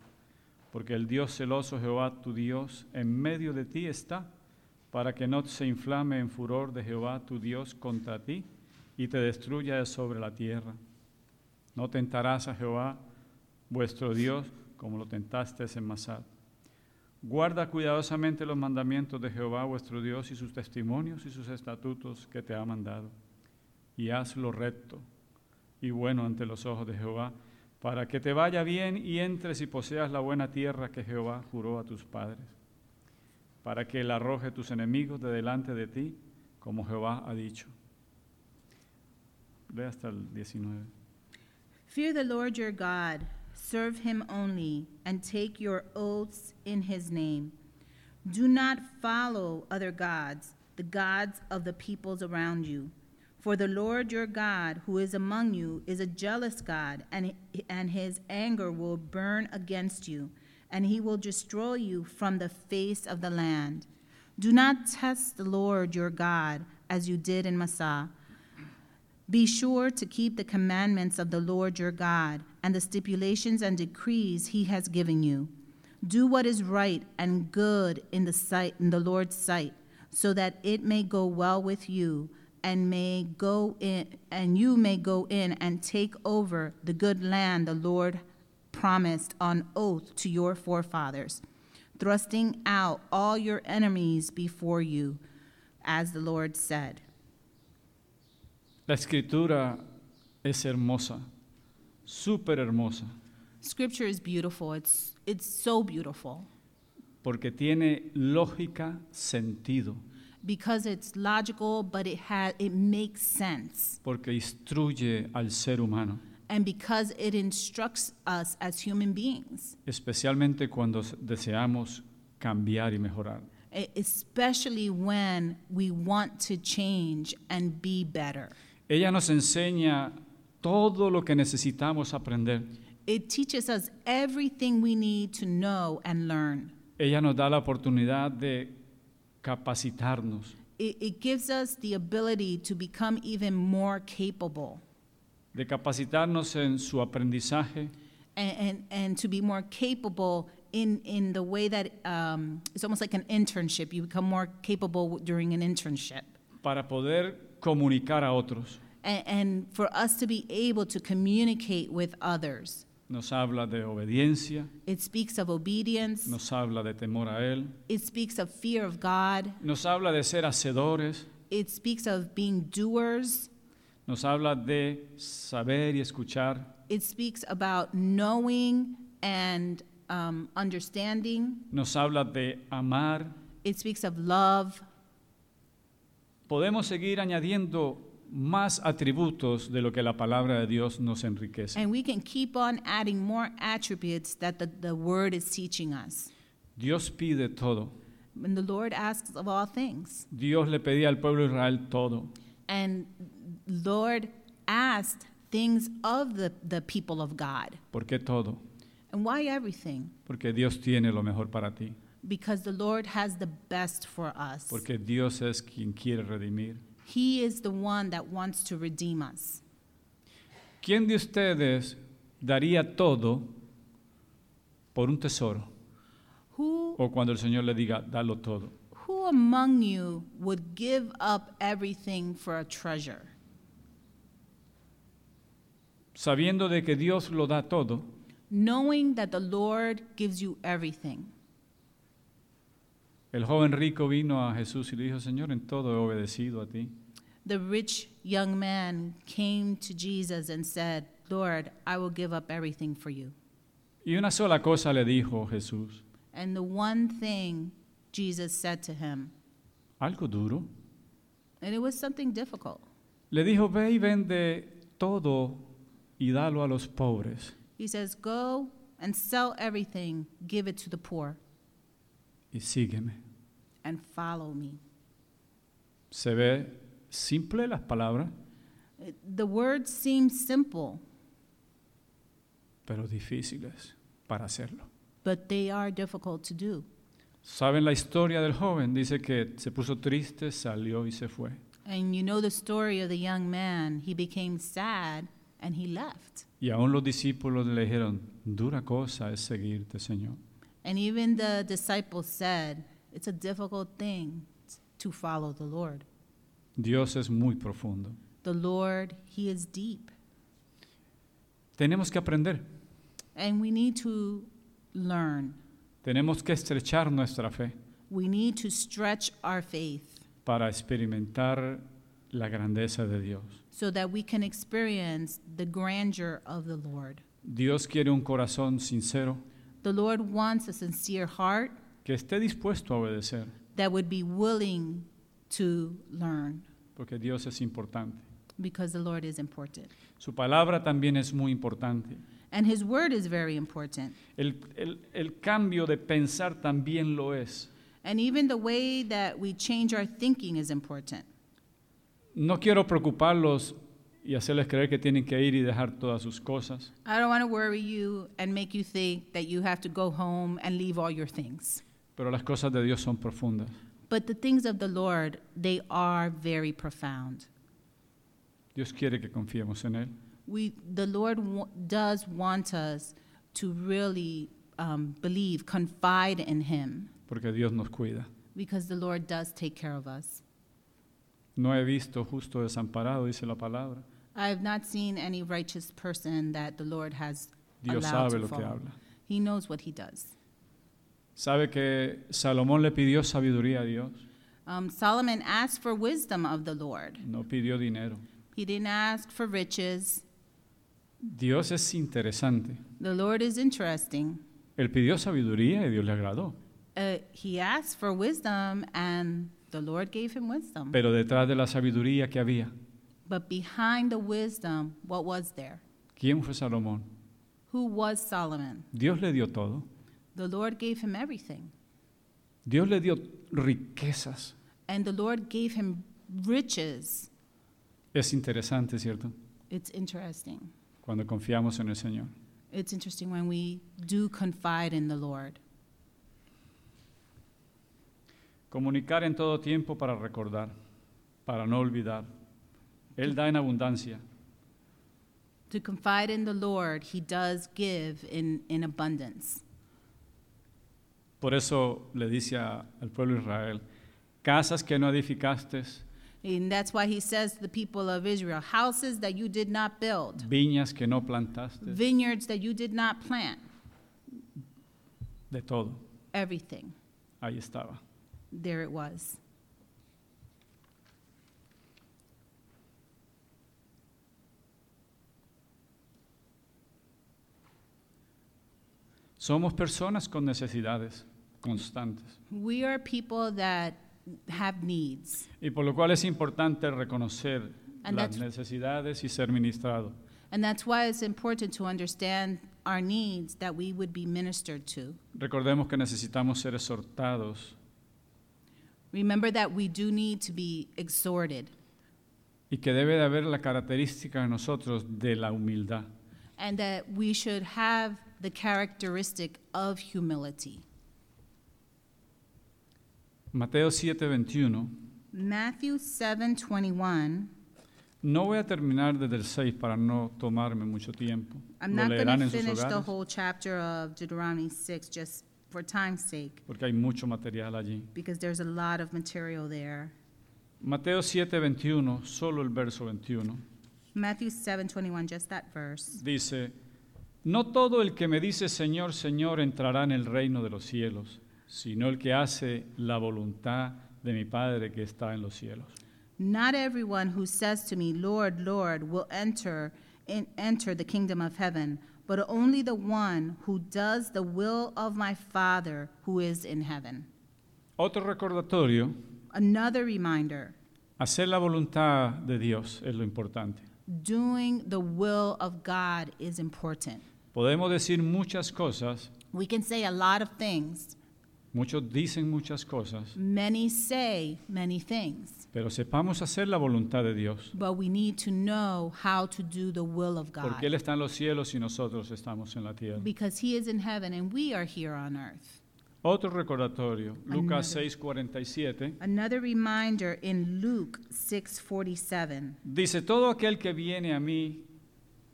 [SPEAKER 2] porque el Dios celoso Jehová tu Dios en medio de ti está, para que no se inflame en furor de Jehová tu Dios contra ti y te destruya de sobre la tierra. No tentarás a Jehová vuestro Dios como lo tentaste en Masad. Guarda cuidadosamente los mandamientos de Jehová vuestro Dios y sus testimonios y sus estatutos que te ha mandado. Y haz lo recto y bueno ante los ojos de Jehová, para que te vaya bien y entres y poseas la buena tierra que Jehová juró a tus padres, para que él arroje tus enemigos de delante de ti, como Jehová ha dicho. Ve hasta el 19.
[SPEAKER 3] Fear the Lord your God, serve him only, and take your oaths in his name. Do not follow other gods, the gods of the peoples around you. For the Lord your God, who is among you, is a jealous God, and, and his anger will burn against you, and he will destroy you from the face of the land. Do not test the Lord your God as you did in Massah. Be sure to keep the commandments of the Lord your God and the stipulations and decrees he has given you. Do what is right and good in the sight in the Lord's sight, so that it may go well with you and may go in and you may go in and take over the good land the Lord promised on oath to your forefathers, thrusting out all your enemies before you, as the Lord said.
[SPEAKER 2] La escritura es hermosa, súper hermosa,
[SPEAKER 3] Scripture is beautiful. It's it's so beautiful
[SPEAKER 2] porque tiene lógica, sentido,
[SPEAKER 3] because it's logical, but it has it makes sense.
[SPEAKER 2] porque instruye al ser humano,
[SPEAKER 3] and because it instructs us as human beings,
[SPEAKER 2] especialmente cuando s- deseamos cambiar y mejorar.
[SPEAKER 3] e- especially when we want to change and be better.
[SPEAKER 2] Ella nos enseña todo lo que necesitamos aprender.
[SPEAKER 3] It teaches us everything we need to know and learn.
[SPEAKER 2] Ella nos da la oportunidad de capacitarnos,
[SPEAKER 3] It, it gives us the ability to become even more capable
[SPEAKER 2] de capacitarnos en su aprendizaje,
[SPEAKER 3] and, and, and to be more capable in, in the way that um, it's almost like an internship. You become more capable during an internship.
[SPEAKER 2] para poder comunicar a otros.
[SPEAKER 3] And, and for us to be able to communicate with others.
[SPEAKER 2] Nos habla de obediencia,
[SPEAKER 3] It speaks of obedience.
[SPEAKER 2] nos habla de temor a Él,
[SPEAKER 3] It speaks of fear of God.
[SPEAKER 2] nos habla de ser hacedores,
[SPEAKER 3] It speaks of being doers.
[SPEAKER 2] nos habla de saber y escuchar,
[SPEAKER 3] It speaks about knowing and um, understanding.
[SPEAKER 2] nos habla de amar.
[SPEAKER 3] It speaks of love.
[SPEAKER 2] Podemos seguir añadiendo más atributos de lo que la palabra de Dios nos enriquece.
[SPEAKER 3] And we can keep on adding more attributes that the, the word is teaching us.
[SPEAKER 2] Dios pide todo.
[SPEAKER 3] And the Lord asks of all things.
[SPEAKER 2] Dios le pedía al pueblo de Israel todo.
[SPEAKER 3] And Lord asked things of the, the people of God.
[SPEAKER 2] ¿Por qué todo?
[SPEAKER 3] And why everything?
[SPEAKER 2] Porque Dios tiene lo mejor para ti.
[SPEAKER 3] Because the Lord has the best for us.
[SPEAKER 2] Porque Dios es quien quiere redimir.
[SPEAKER 3] He is the one that wants to redeem us.
[SPEAKER 2] ¿Quién de ustedes daría todo por un tesoro?
[SPEAKER 3] Who
[SPEAKER 2] O cuando el Señor le diga, dalo todo.
[SPEAKER 3] who among you would give up everything for a treasure?
[SPEAKER 2] Sabiendo de que Dios lo da todo,
[SPEAKER 3] Knowing that the Lord gives you everything.
[SPEAKER 2] el joven rico vino a Jesús y le dijo, Señor, en todo he obedecido a ti.
[SPEAKER 3] The rich young man came to Jesus and said, Lord, I will give up everything for you.
[SPEAKER 2] Y una sola cosa le dijo Jesús,
[SPEAKER 3] And the one thing Jesus said to him,
[SPEAKER 2] algo duro.
[SPEAKER 3] and it was something difficult.
[SPEAKER 2] Le dijo, ve y vende todo y dalo a los pobres.
[SPEAKER 3] He says, Go and sell everything, give it to the poor,
[SPEAKER 2] y sígueme.
[SPEAKER 3] and follow me.
[SPEAKER 2] Se ve simple las palabras,
[SPEAKER 3] The words seem simple,
[SPEAKER 2] pero difíciles para hacerlo.
[SPEAKER 3] but they are difficult to do.
[SPEAKER 2] ¿Saben la historia del joven? Dice que se puso triste, salió y se fue.
[SPEAKER 3] And you know the story of the young man. He became sad and he left.
[SPEAKER 2] Y aún los discípulos le dijeron, dura cosa es seguirte, Señor.
[SPEAKER 3] And even the disciples said, It's a difficult thing to follow the Lord.
[SPEAKER 2] Dios es muy profundo.
[SPEAKER 3] The Lord, He is deep.
[SPEAKER 2] Tenemos que aprender,
[SPEAKER 3] And we need to learn.
[SPEAKER 2] tenemos que estrechar nuestra fe
[SPEAKER 3] We need to stretch our faith
[SPEAKER 2] para experimentar la grandeza de Dios.
[SPEAKER 3] so that we can experience the grandeur of the Lord.
[SPEAKER 2] Dios quiere un corazón sincero
[SPEAKER 3] The Lord wants a sincere heart
[SPEAKER 2] que esté dispuesto a obedecer,
[SPEAKER 3] that would be willing to learn
[SPEAKER 2] porque Dios es importante.
[SPEAKER 3] because the Lord is important.
[SPEAKER 2] Su palabra también es muy importante.
[SPEAKER 3] And his word is very important.
[SPEAKER 2] El, el- el cambio de pensar también lo es.
[SPEAKER 3] And even the way that we change our thinking is important.
[SPEAKER 2] No quiero preocuparlos y hacerles creer que tienen que ir y dejar todas sus cosas,
[SPEAKER 3] I don't want to worry you and make you think that you have to go home and leave all your things.
[SPEAKER 2] pero las cosas de Dios son profundas.
[SPEAKER 3] But the things of the Lord, they are very profound.
[SPEAKER 2] Dios quiere que confiemos en Él.
[SPEAKER 3] We, the Lord w- does want us to really um, believe, confide in Him,
[SPEAKER 2] porque Dios nos cuida.
[SPEAKER 3] because the Lord does take care of us.
[SPEAKER 2] No he visto justo desamparado, dice la palabra.
[SPEAKER 3] I have not seen any righteous person that the Lord has
[SPEAKER 2] Dios
[SPEAKER 3] allowed
[SPEAKER 2] sabe
[SPEAKER 3] to
[SPEAKER 2] lo que
[SPEAKER 3] fall.
[SPEAKER 2] habla.
[SPEAKER 3] He knows what He does.
[SPEAKER 2] Sabe que Salomón le pidió sabiduría a Dios,
[SPEAKER 3] Um, Solomon asked for wisdom of the Lord.
[SPEAKER 2] no pidió dinero.
[SPEAKER 3] He didn't ask for riches.
[SPEAKER 2] Dios es interesante.
[SPEAKER 3] The Lord is interesting.
[SPEAKER 2] Él pidió sabiduría y Dios le agradó,
[SPEAKER 3] Uh, he asked for wisdom, and the Lord gave him wisdom.
[SPEAKER 2] pero detrás de la sabiduría que había,
[SPEAKER 3] But behind the wisdom, what was there?
[SPEAKER 2] ¿quién fue Salomón?
[SPEAKER 3] Who was Solomon?
[SPEAKER 2] Dios le dio todo.
[SPEAKER 3] The Lord gave him everything,
[SPEAKER 2] Dios le dio riquezas.
[SPEAKER 3] and the Lord gave him riches.
[SPEAKER 2] Es interesante, ¿cierto?
[SPEAKER 3] It's interesting.
[SPEAKER 2] Cuando confiamos en el Señor.
[SPEAKER 3] It's interesting when we do confide in the Lord.
[SPEAKER 2] Comunicar en todo tiempo para recordar, para no olvidar. Él da en abundancia.
[SPEAKER 3] To confide in the Lord, He does give in, in abundance.
[SPEAKER 2] Por eso le dice a- al pueblo de Israel, casas que no edificaste,
[SPEAKER 3] And that's why He says to the people of Israel houses that you did not build,
[SPEAKER 2] viñas que no plantaste,
[SPEAKER 3] vineyards that you did not plant,
[SPEAKER 2] de todo,
[SPEAKER 3] everything.
[SPEAKER 2] ahí estaba.
[SPEAKER 3] There it was.
[SPEAKER 2] Somos personas con necesidades constantes
[SPEAKER 3] We are people that have needs,
[SPEAKER 2] y por lo cual es importante reconocer
[SPEAKER 3] And
[SPEAKER 2] las
[SPEAKER 3] that's-
[SPEAKER 2] necesidades y ser ministrado.
[SPEAKER 3] and that's why it's important to understand our needs that we would be ministered to.
[SPEAKER 2] Recordemos que necesitamos ser exhortados
[SPEAKER 3] Remember that we do need to be exhorted,
[SPEAKER 2] y que debe de haber la característica en nosotros de la humildad.
[SPEAKER 3] and that we should have the characteristic of humility.
[SPEAKER 2] Mateo 7:21.
[SPEAKER 3] Matthew 7:21.
[SPEAKER 2] No voy a terminar desde el 6 para no tomarme mucho tiempo.
[SPEAKER 3] I'm
[SPEAKER 2] Lo
[SPEAKER 3] not going
[SPEAKER 2] leerán
[SPEAKER 3] to
[SPEAKER 2] en sus
[SPEAKER 3] finish the
[SPEAKER 2] hogares
[SPEAKER 3] whole chapter of Deuteronomy 6 just for time's sake
[SPEAKER 2] porque hay mucho material allí.
[SPEAKER 3] because there's a lot of material there.
[SPEAKER 2] Mateo 7:21, solo el verso 21,
[SPEAKER 3] Matthew 7:21, just that verse.
[SPEAKER 2] dice, No todo el que me dice Señor, Señor entrará en el reino de los cielos, sino el que hace la voluntad de mi Padre que está en los cielos.
[SPEAKER 3] Not everyone who says to me, "Lord, Lord," will enter in, enter the kingdom of heaven, but only the one who does the will of my Father who is in heaven.
[SPEAKER 2] Otro recordatorio,
[SPEAKER 3] Another reminder,
[SPEAKER 2] hacer la voluntad de Dios es lo importante.
[SPEAKER 3] doing the will of God is important.
[SPEAKER 2] Podemos decir muchas cosas,
[SPEAKER 3] We can say a lot of things.
[SPEAKER 2] muchos dicen muchas cosas,
[SPEAKER 3] Many say many things,
[SPEAKER 2] pero sepamos hacer la voluntad de Dios,
[SPEAKER 3] but we need to know how to do the will of
[SPEAKER 2] porque Él
[SPEAKER 3] God.
[SPEAKER 2] está en los cielos y nosotros estamos en la tierra.
[SPEAKER 3] Because He is in heaven and we are here on earth.
[SPEAKER 2] Otro recordatorio, Lucas 6:47,
[SPEAKER 3] Another reminder in Luke 6:47.
[SPEAKER 2] dice, todo aquel que viene a mí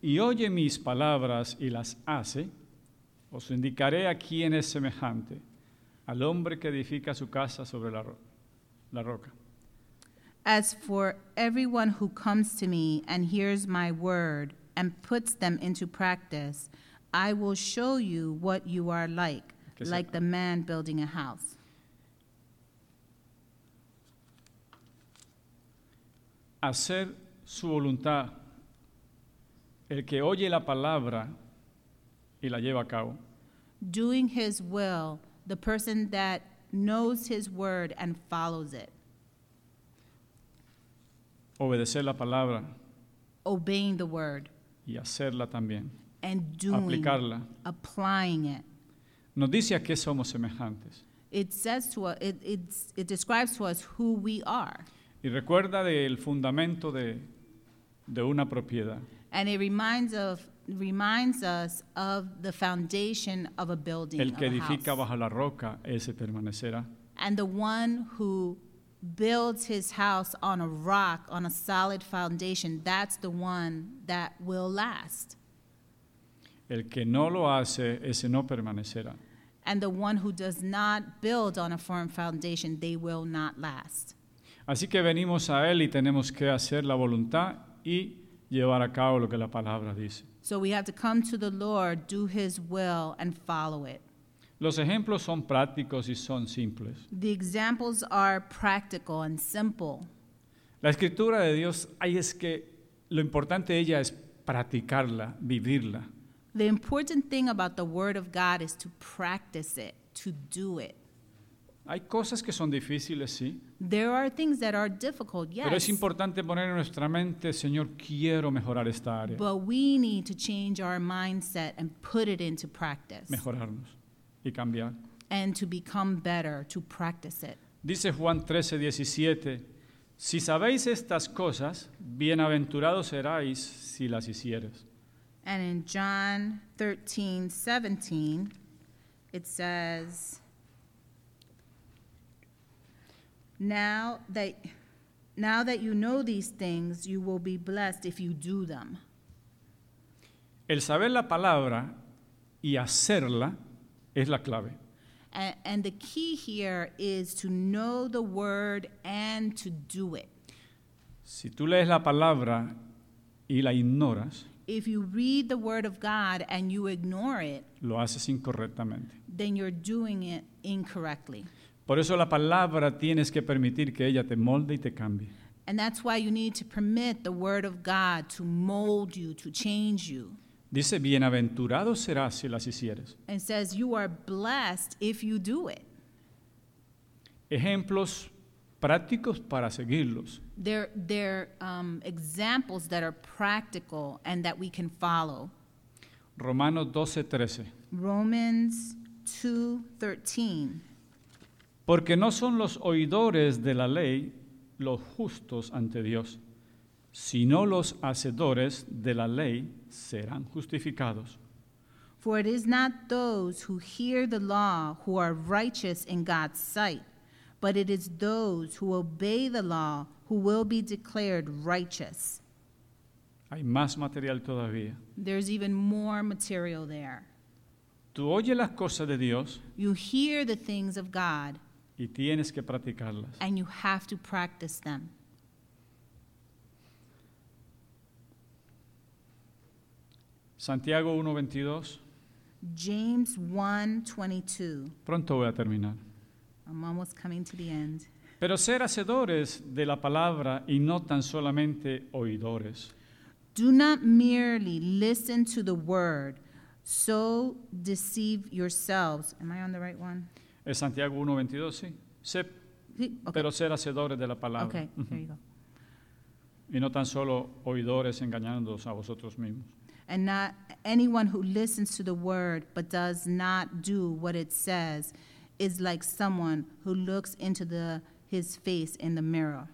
[SPEAKER 2] y oye mis palabras y las hace, os indicaré a quién es semejante, al hombre que edifica su casa sobre la, ro- la roca.
[SPEAKER 3] As for everyone who comes to me and hears my word and puts them into practice, I will show you what you are like,
[SPEAKER 2] Que se-
[SPEAKER 3] like the man building a house.
[SPEAKER 2] Hacer su voluntad. El que oye la palabra y la lleva a cabo.
[SPEAKER 3] doing his will, the person that knows his word and follows it,
[SPEAKER 2] Obedecer la palabra
[SPEAKER 3] obeying the word
[SPEAKER 2] y hacerla también,
[SPEAKER 3] and doing,
[SPEAKER 2] aplicarla.
[SPEAKER 3] applying it.
[SPEAKER 2] Nos dice a qué somos semejantes.
[SPEAKER 3] It says to us, it, it's, it describes to us who we are.
[SPEAKER 2] Y recuerda del fundamento de, de una propiedad.
[SPEAKER 3] And it reminds of reminds us of the foundation of a building.
[SPEAKER 2] El que
[SPEAKER 3] of a house.
[SPEAKER 2] edifica bajo la roca, ese permanecerá.
[SPEAKER 3] And the one who builds his house on a rock, on a solid foundation, that's the one that will last.
[SPEAKER 2] El que no lo hace, ese no permanecerá.
[SPEAKER 3] And the one who does not build on a firm foundation, they will not last.
[SPEAKER 2] Así que venimos a Él y tenemos que hacer la voluntad y llevar a cabo lo que la palabra dice.
[SPEAKER 3] So we have to come to the Lord, do his will, and follow it.
[SPEAKER 2] Los ejemplos son prácticos y son simples.
[SPEAKER 3] The examples are practical and simple.
[SPEAKER 2] La escritura de Dios, ahí es que lo importante de ella es practicarla, vivirla.
[SPEAKER 3] The important thing about the Word of God is to practice it, to do it.
[SPEAKER 2] Hay cosas que son difíciles, sí,
[SPEAKER 3] There are things that are difficult,
[SPEAKER 2] pero es
[SPEAKER 3] yes,
[SPEAKER 2] importante poner en nuestra mente, Señor, quiero mejorar esta área,
[SPEAKER 3] but we need to change our mindset and put it into practice
[SPEAKER 2] mejorarnos y cambiar.
[SPEAKER 3] and to become better, to practice it.
[SPEAKER 2] Dice Juan 13, 17, si sabéis estas cosas, bienaventurados seráis si las hicieres.
[SPEAKER 3] And in John 13, 17, it says, now that, now that you know these things, you will be blessed if you do them.
[SPEAKER 2] El saber la palabra y hacerla es la clave.
[SPEAKER 3] And, and the key here is to know the word and to do it.
[SPEAKER 2] Si tú lees la palabra y la ignoras,
[SPEAKER 3] If you read the word of God and you ignore it,
[SPEAKER 2] lo haces incorrectamente.
[SPEAKER 3] then you're doing it incorrectly.
[SPEAKER 2] Por eso la palabra tienes que permitir que ella te molde y te cambie.
[SPEAKER 3] And that's why you need to permit the word of God to mold you, to change you.
[SPEAKER 2] Dice, bienaventurado serás si las hicieres.
[SPEAKER 3] And says, You are blessed if you do it.
[SPEAKER 2] Ejemplos prácticos para seguirlos.
[SPEAKER 3] They're, they're um, examples that are practical and that we can follow.
[SPEAKER 2] Romanos 12, 13.
[SPEAKER 3] Romans 2 13.
[SPEAKER 2] Porque no son los oidores de la ley los justos ante Dios, sino los hacedores de la ley serán justificados.
[SPEAKER 3] For it is not those who hear the law who are righteous in God's sight, but it is those who obey the law who will be declared righteous.
[SPEAKER 2] Hay más material todavía.
[SPEAKER 3] There's even more material there.
[SPEAKER 2] Tú oyes las cosas de Dios
[SPEAKER 3] You hear the things of God
[SPEAKER 2] y tienes que practicarlas.
[SPEAKER 3] and you have to practice them.
[SPEAKER 2] Santiago 1.22,
[SPEAKER 3] James 1:22.
[SPEAKER 2] pronto voy a terminar.
[SPEAKER 3] I'm almost coming to the end.
[SPEAKER 2] Pero ser hacedores de la palabra y no tan solamente oidores.
[SPEAKER 3] Do not merely listen to the word, so deceive yourselves. Am I on the right one?
[SPEAKER 2] Es Santiago 1.22, sí. Sé-
[SPEAKER 3] Okay.
[SPEAKER 2] Pero ser hacedores de la palabra.
[SPEAKER 3] Okay, there you go.
[SPEAKER 2] y no tan solo oidores engañándoos a vosotros mismos.
[SPEAKER 3] And not anyone who listens to the word but does not do what it says is like someone who looks into the his face in the mirror.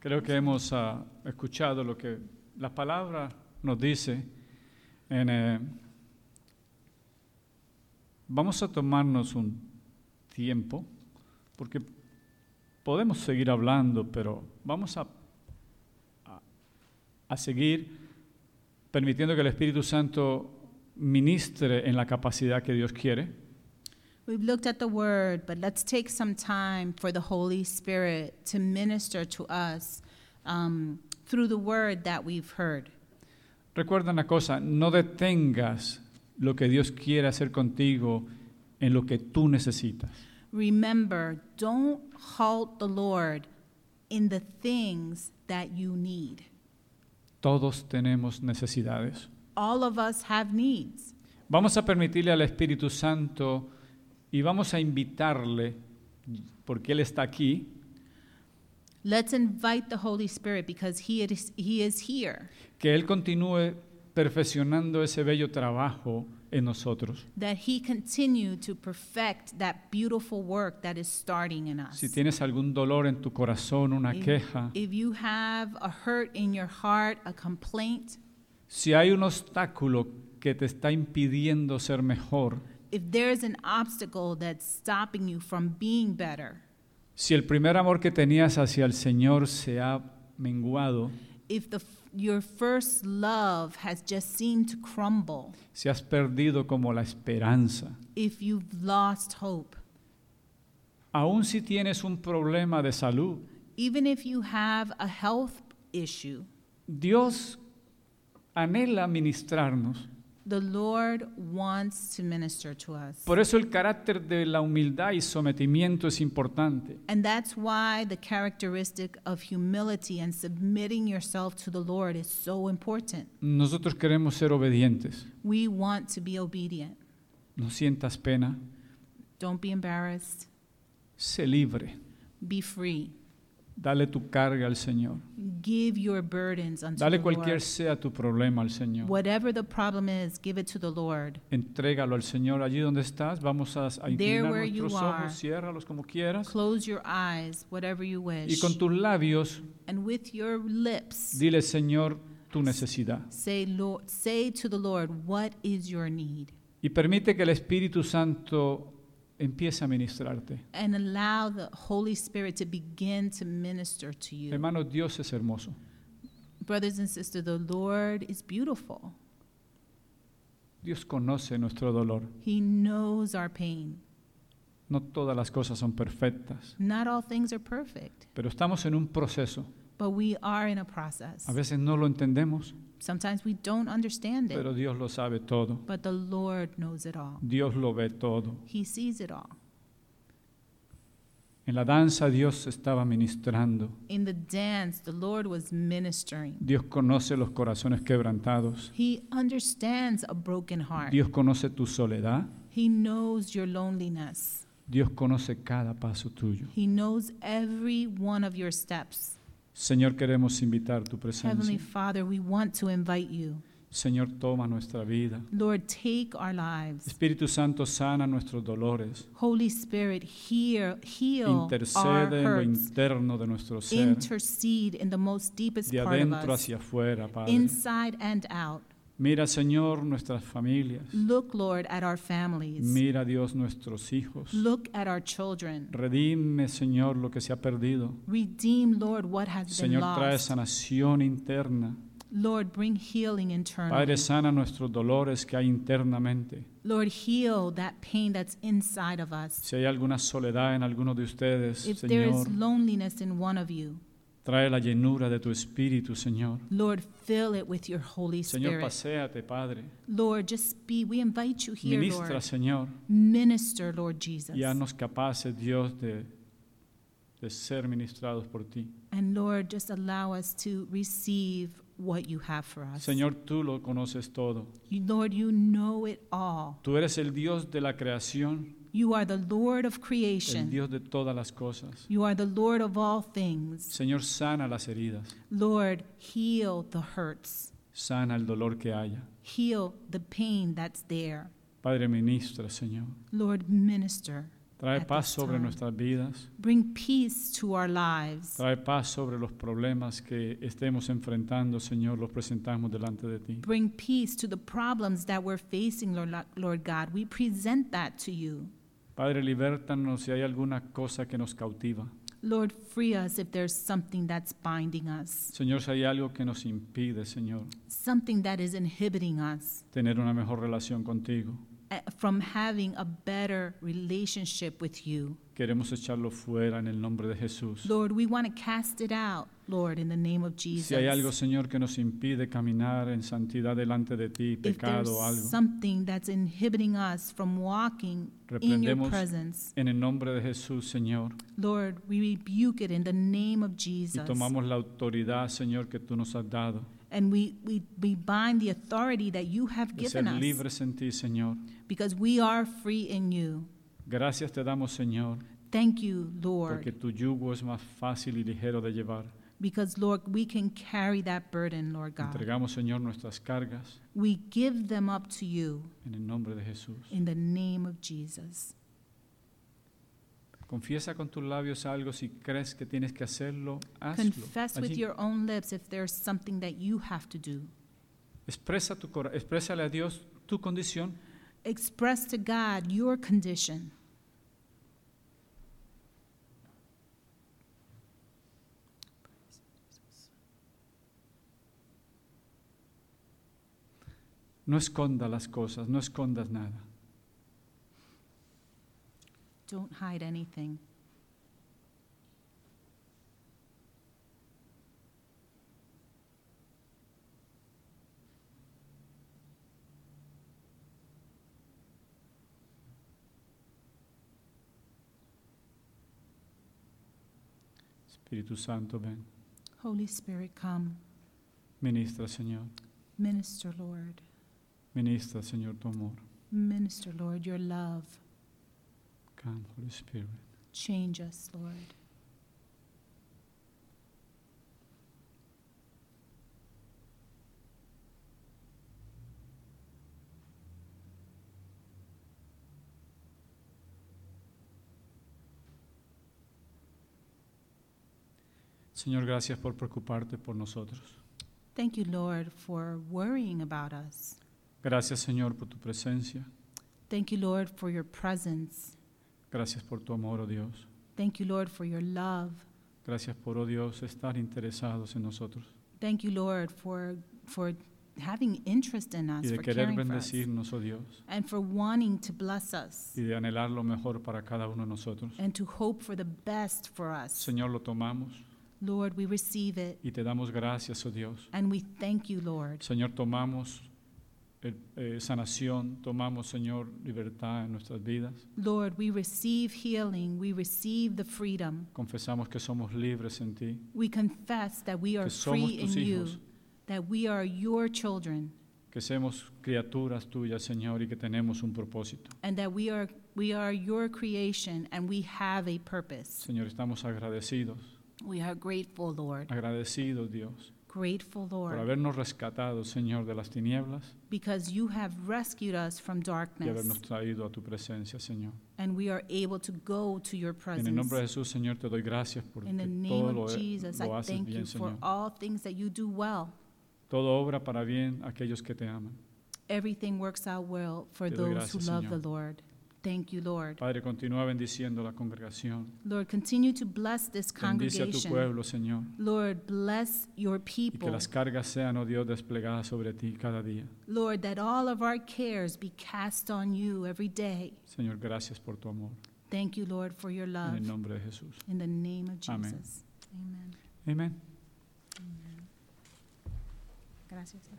[SPEAKER 2] Creo que hemos ah, escuchado lo que la palabra nos dice. en, eh, vamos a tomarnos un tiempo, porque podemos seguir hablando, pero vamos a, a- a seguir permitiendo que el Espíritu Santo ministre en la capacidad que Dios quiere.
[SPEAKER 3] We've looked at the word, but let's take some time for the Holy Spirit to minister to us um, through the word that we've heard.
[SPEAKER 2] Recuerda una cosa, no detengas lo que Dios quiere hacer contigo en lo que tú necesitas.
[SPEAKER 3] Remember, don't halt the Lord in the things that you need.
[SPEAKER 2] Todos tenemos necesidades.
[SPEAKER 3] All of us have needs.
[SPEAKER 2] Vamos a permitirle al Espíritu Santo y vamos a invitarle, porque Él está aquí,
[SPEAKER 3] Let's invite the Holy Spirit because he is, he is here,
[SPEAKER 2] que Él continúe perfeccionando ese bello trabajo en nosotros.
[SPEAKER 3] that he continue to perfect that beautiful work that is starting in us.
[SPEAKER 2] Si tienes algún dolor en tu corazón, una queja,
[SPEAKER 3] If you have a hurt in your heart, a complaint,
[SPEAKER 2] si hay un obstáculo que te está impidiendo ser mejor,
[SPEAKER 3] if there's an obstacle that's stopping you from being better,
[SPEAKER 2] si el primer amor que tenías hacia el Señor se ha menguado,
[SPEAKER 3] if the, f- your first love has just seemed to crumble,
[SPEAKER 2] si has perdido como la esperanza,
[SPEAKER 3] if you've lost hope,
[SPEAKER 2] aun si tienes un problema de salud,
[SPEAKER 3] even if you have a health issue,
[SPEAKER 2] Dios anhela ministrarnos.
[SPEAKER 3] the Lord wants to minister to us.
[SPEAKER 2] Por eso el carácter de la humildad y sometimiento es importante.
[SPEAKER 3] And that's why the characteristic of humility and submitting yourself to the Lord is so important.
[SPEAKER 2] Nosotros queremos ser obedientes.
[SPEAKER 3] We want to be obedient.
[SPEAKER 2] No sientas pena,
[SPEAKER 3] Don't be embarrassed.
[SPEAKER 2] sé libre.
[SPEAKER 3] Be free.
[SPEAKER 2] Dale tu carga al Señor.
[SPEAKER 3] Give your burdens unto
[SPEAKER 2] Dale
[SPEAKER 3] the
[SPEAKER 2] cualquier
[SPEAKER 3] Lord.
[SPEAKER 2] sea tu problema al Señor.
[SPEAKER 3] Whatever the problem is, give it to the Lord.
[SPEAKER 2] Entrégalo al Señor allí donde estás. Vamos a, a inclinar
[SPEAKER 3] where you
[SPEAKER 2] nuestros
[SPEAKER 3] are.
[SPEAKER 2] ojos, ciérralos como quieras.
[SPEAKER 3] Close your eyes, whatever you
[SPEAKER 2] Y
[SPEAKER 3] wish.
[SPEAKER 2] con tus labios,
[SPEAKER 3] And with your lips,
[SPEAKER 2] dile, Señor, tu necesidad.
[SPEAKER 3] say, Lord, say to the Lord, what is your need?
[SPEAKER 2] Y permite que el Espíritu Santo empiece a ministrarte.
[SPEAKER 3] And allow the Holy Spirit to begin to minister to you.
[SPEAKER 2] Hermanos, Dios es hermoso.
[SPEAKER 3] Brothers and sisters, the Lord is beautiful.
[SPEAKER 2] Dios conoce nuestro dolor.
[SPEAKER 3] He knows our pain.
[SPEAKER 2] No todas las cosas son perfectas,
[SPEAKER 3] Not all things are perfect,
[SPEAKER 2] pero estamos en un proceso.
[SPEAKER 3] but we are in a process.
[SPEAKER 2] A veces no lo entendemos,
[SPEAKER 3] Sometimes we don't understand
[SPEAKER 2] pero
[SPEAKER 3] it,
[SPEAKER 2] Dios lo sabe todo.
[SPEAKER 3] but the Lord knows it all.
[SPEAKER 2] Dios lo ve todo.
[SPEAKER 3] He sees it all.
[SPEAKER 2] En la danza Dios estaba ministrando.
[SPEAKER 3] In the dance, the Lord was ministering.
[SPEAKER 2] Dios conoce los corazones quebrantados.
[SPEAKER 3] He understands a broken heart.
[SPEAKER 2] Dios conoce tu soledad.
[SPEAKER 3] He knows your loneliness.
[SPEAKER 2] Dios conoce cada paso tuyo.
[SPEAKER 3] He knows every one of your steps.
[SPEAKER 2] Señor, queremos invitar tu
[SPEAKER 3] Heavenly
[SPEAKER 2] presencia.
[SPEAKER 3] Father, we want to invite you.
[SPEAKER 2] Señor, toma nuestra vida.
[SPEAKER 3] Lord, take our lives.
[SPEAKER 2] Espíritu Santo, sana nuestros dolores.
[SPEAKER 3] Holy Spirit, hear, heal our
[SPEAKER 2] Intercede en lo
[SPEAKER 3] hurts.
[SPEAKER 2] interno de nuestro ser,
[SPEAKER 3] Intercede in the most deepest
[SPEAKER 2] de
[SPEAKER 3] part of
[SPEAKER 2] adentro
[SPEAKER 3] us,
[SPEAKER 2] hacia afuera, Padre.
[SPEAKER 3] inside and out.
[SPEAKER 2] Mira, Señor, nuestras familias.
[SPEAKER 3] Look, Lord, at our families.
[SPEAKER 2] Mira, Dios, nuestros hijos.
[SPEAKER 3] Look at our children.
[SPEAKER 2] Redime, Señor, lo que se ha perdido.
[SPEAKER 3] Redeem, Lord, what has been
[SPEAKER 2] Señor, trae
[SPEAKER 3] lost.
[SPEAKER 2] sanación interna.
[SPEAKER 3] Lord, bring healing
[SPEAKER 2] Padre,
[SPEAKER 3] internally.
[SPEAKER 2] sana nuestros dolores que hay internamente.
[SPEAKER 3] Lord, heal that pain that's inside of us.
[SPEAKER 2] Si hay alguna soledad en alguno de ustedes,
[SPEAKER 3] If there
[SPEAKER 2] Señor,
[SPEAKER 3] is loneliness in one of you,
[SPEAKER 2] trae la llenura de tu espíritu, Señor.
[SPEAKER 3] Lord, fill it with your Holy
[SPEAKER 2] Señor,
[SPEAKER 3] Spirit.
[SPEAKER 2] paséate, Padre.
[SPEAKER 3] Lord, just be, we invite you here,
[SPEAKER 2] Ministra,
[SPEAKER 3] Lord.
[SPEAKER 2] Señor,
[SPEAKER 3] Minister, Lord Jesus.
[SPEAKER 2] y haznos capaces, Dios, de, de ser ministrados por ti.
[SPEAKER 3] And Lord, just allow us to receive what you have for us.
[SPEAKER 2] Señor, tú lo conoces todo.
[SPEAKER 3] You- Lord, you know it all.
[SPEAKER 2] Tú eres el Dios de la creación,
[SPEAKER 3] You are the Lord of
[SPEAKER 2] el
[SPEAKER 3] creation.
[SPEAKER 2] Dios de todas las cosas.
[SPEAKER 3] You are the Lord of all things.
[SPEAKER 2] Señor, sana las heridas,
[SPEAKER 3] Lord, heal the hurts.
[SPEAKER 2] sana el dolor que haya.
[SPEAKER 3] Heal the pain that's there.
[SPEAKER 2] Padre, ministra, Señor.
[SPEAKER 3] Lord, minister. At
[SPEAKER 2] Trae
[SPEAKER 3] this
[SPEAKER 2] paz sobre
[SPEAKER 3] time.
[SPEAKER 2] nuestras vidas,
[SPEAKER 3] Bring peace to our lives.
[SPEAKER 2] trae paz sobre los problemas que estemos enfrentando, Señor, los presentamos delante de ti.
[SPEAKER 3] Bring peace to the problems that we're facing, Lord, Lord God. We present that to you.
[SPEAKER 2] Padre, libértanos si hay alguna cosa que nos cautiva.
[SPEAKER 3] Lord, free us if there's something that's binding us,
[SPEAKER 2] Señor, si hay algo que nos impide, Señor,
[SPEAKER 3] something that is inhibiting us.
[SPEAKER 2] tener una mejor relación contigo,
[SPEAKER 3] uh, from having a better relationship with you.
[SPEAKER 2] queremos echarlo fuera en el nombre de Jesús.
[SPEAKER 3] Lord, we want to cast it out, Lord, in the name of Jesus.
[SPEAKER 2] Si hay algo, Señor, que nos impide caminar en santidad delante de ti,
[SPEAKER 3] if there's
[SPEAKER 2] pecado o algo,
[SPEAKER 3] something that's inhibiting us from walking in your
[SPEAKER 2] Reprendemos-
[SPEAKER 3] presence,
[SPEAKER 2] en el nombre de Jesús, Señor,
[SPEAKER 3] Lord, we rebuke it in the name of
[SPEAKER 2] y
[SPEAKER 3] Jesus.
[SPEAKER 2] tomamos la autoridad, Señor, que tú nos has dado.
[SPEAKER 3] And we, we, we bind the authority that you have
[SPEAKER 2] de ser
[SPEAKER 3] given us
[SPEAKER 2] libres en ti, Señor.
[SPEAKER 3] because we are free in you.
[SPEAKER 2] Gracias te damos, Señor,
[SPEAKER 3] Thank you,
[SPEAKER 2] porque
[SPEAKER 3] Lord,
[SPEAKER 2] tu yugo es más fácil y ligero de llevar.
[SPEAKER 3] because, Lord, we can carry that burden, Lord God.
[SPEAKER 2] Entregamos, Señor, nuestras cargas
[SPEAKER 3] We give them up to you
[SPEAKER 2] en el nombre de Jesús.
[SPEAKER 3] in the name of Jesus.
[SPEAKER 2] Confiesa con tus labios algo si crees que tienes que hacerlo, hazlo.
[SPEAKER 3] Confess with
[SPEAKER 2] allí.
[SPEAKER 3] your own lips if there's something that you have to do.
[SPEAKER 2] Expresa tu cora- exprésale a Dios tu condición
[SPEAKER 3] Express to God your condition.
[SPEAKER 2] No esconda las cosas, no escondas nada.
[SPEAKER 3] Don't hide anything.
[SPEAKER 2] Espíritu Santo, ven.
[SPEAKER 3] Holy Spirit, come.
[SPEAKER 2] Ministra, Señor.
[SPEAKER 3] Minister, Lord.
[SPEAKER 2] Ministra, Señor, tu amor.
[SPEAKER 3] Minister, Lord, your love.
[SPEAKER 2] Come, Holy Spirit.
[SPEAKER 3] Change us, Lord.
[SPEAKER 2] Señor, gracias por preocuparte por nosotros.
[SPEAKER 3] Thank you, Lord, for worrying about us.
[SPEAKER 2] Gracias, Señor, por tu presencia.
[SPEAKER 3] Thank you, Lord, for your presence.
[SPEAKER 2] Gracias por tu amor, oh Dios.
[SPEAKER 3] Thank you, Lord, for your love.
[SPEAKER 2] Gracias por, oh Dios, estar interesados en nosotros
[SPEAKER 3] Thank you, Lord, for, for having interest in us,
[SPEAKER 2] y de
[SPEAKER 3] for
[SPEAKER 2] querer
[SPEAKER 3] caring for us,
[SPEAKER 2] bendecirnos, oh Dios,
[SPEAKER 3] and for wanting to bless us
[SPEAKER 2] y de anhelar lo mejor para cada uno de nosotros.
[SPEAKER 3] and to hope for the best for us.
[SPEAKER 2] Señor, lo tomamos
[SPEAKER 3] Lord, we receive it
[SPEAKER 2] y te damos gracias, oh Dios.
[SPEAKER 3] and we thank you, Lord.
[SPEAKER 2] Señor, tomamos el- eh, sanación, tomamos, Señor, libertad en nuestras vidas.
[SPEAKER 3] Lord, we receive healing, we receive the freedom.
[SPEAKER 2] Confesamos que somos libres en ti,
[SPEAKER 3] We confess that we are
[SPEAKER 2] que somos
[SPEAKER 3] free in
[SPEAKER 2] tus
[SPEAKER 3] you,
[SPEAKER 2] hijos,
[SPEAKER 3] that we are your children,
[SPEAKER 2] que somos criaturas tuyas, Señor, y que tenemos un propósito.
[SPEAKER 3] and that we are we are your creation and we have a purpose.
[SPEAKER 2] Señor, estamos agradecidos,
[SPEAKER 3] We are grateful, Lord.
[SPEAKER 2] agradecidos, Dios,
[SPEAKER 3] Grateful,
[SPEAKER 2] por
[SPEAKER 3] Lord,
[SPEAKER 2] habernos rescatado, Señor, de las tinieblas
[SPEAKER 3] because you have rescued us from
[SPEAKER 2] y
[SPEAKER 3] darkness
[SPEAKER 2] habernos traído a tu presencia, Señor.
[SPEAKER 3] and we are able to go to your
[SPEAKER 2] En el nombre de
[SPEAKER 3] presence.
[SPEAKER 2] Jesús, Señor, te doy gracias porque
[SPEAKER 3] In the
[SPEAKER 2] todo
[SPEAKER 3] name
[SPEAKER 2] lo,
[SPEAKER 3] of Jesus,
[SPEAKER 2] lo
[SPEAKER 3] I
[SPEAKER 2] haces
[SPEAKER 3] thank you
[SPEAKER 2] bien,
[SPEAKER 3] for
[SPEAKER 2] Señor.
[SPEAKER 3] all things that you do well.
[SPEAKER 2] Todo obra para bien a aquellos que te aman.
[SPEAKER 3] Everything works out well for
[SPEAKER 2] Te doy
[SPEAKER 3] those who
[SPEAKER 2] gracias,
[SPEAKER 3] love
[SPEAKER 2] Señor.
[SPEAKER 3] the Lord. Thank you, Lord.
[SPEAKER 2] Padre, continúa bendiciendo la congregación.
[SPEAKER 3] Lord, continue to bless
[SPEAKER 2] Bendice a
[SPEAKER 3] this
[SPEAKER 2] tu
[SPEAKER 3] congregation.
[SPEAKER 2] pueblo, Señor.
[SPEAKER 3] Lord, bless your
[SPEAKER 2] Y que
[SPEAKER 3] people.
[SPEAKER 2] las cargas sean, oh Dios, desplegadas sobre ti cada día.
[SPEAKER 3] Lord, that all of our cares be cast on you every day.
[SPEAKER 2] Señor, gracias por tu amor.
[SPEAKER 3] Thank you, Lord, for your
[SPEAKER 2] En
[SPEAKER 3] love.
[SPEAKER 2] el nombre de Jesús.
[SPEAKER 3] In the name of
[SPEAKER 2] Amén.
[SPEAKER 3] Jesus. Amen.
[SPEAKER 2] Amén.
[SPEAKER 3] Gracias.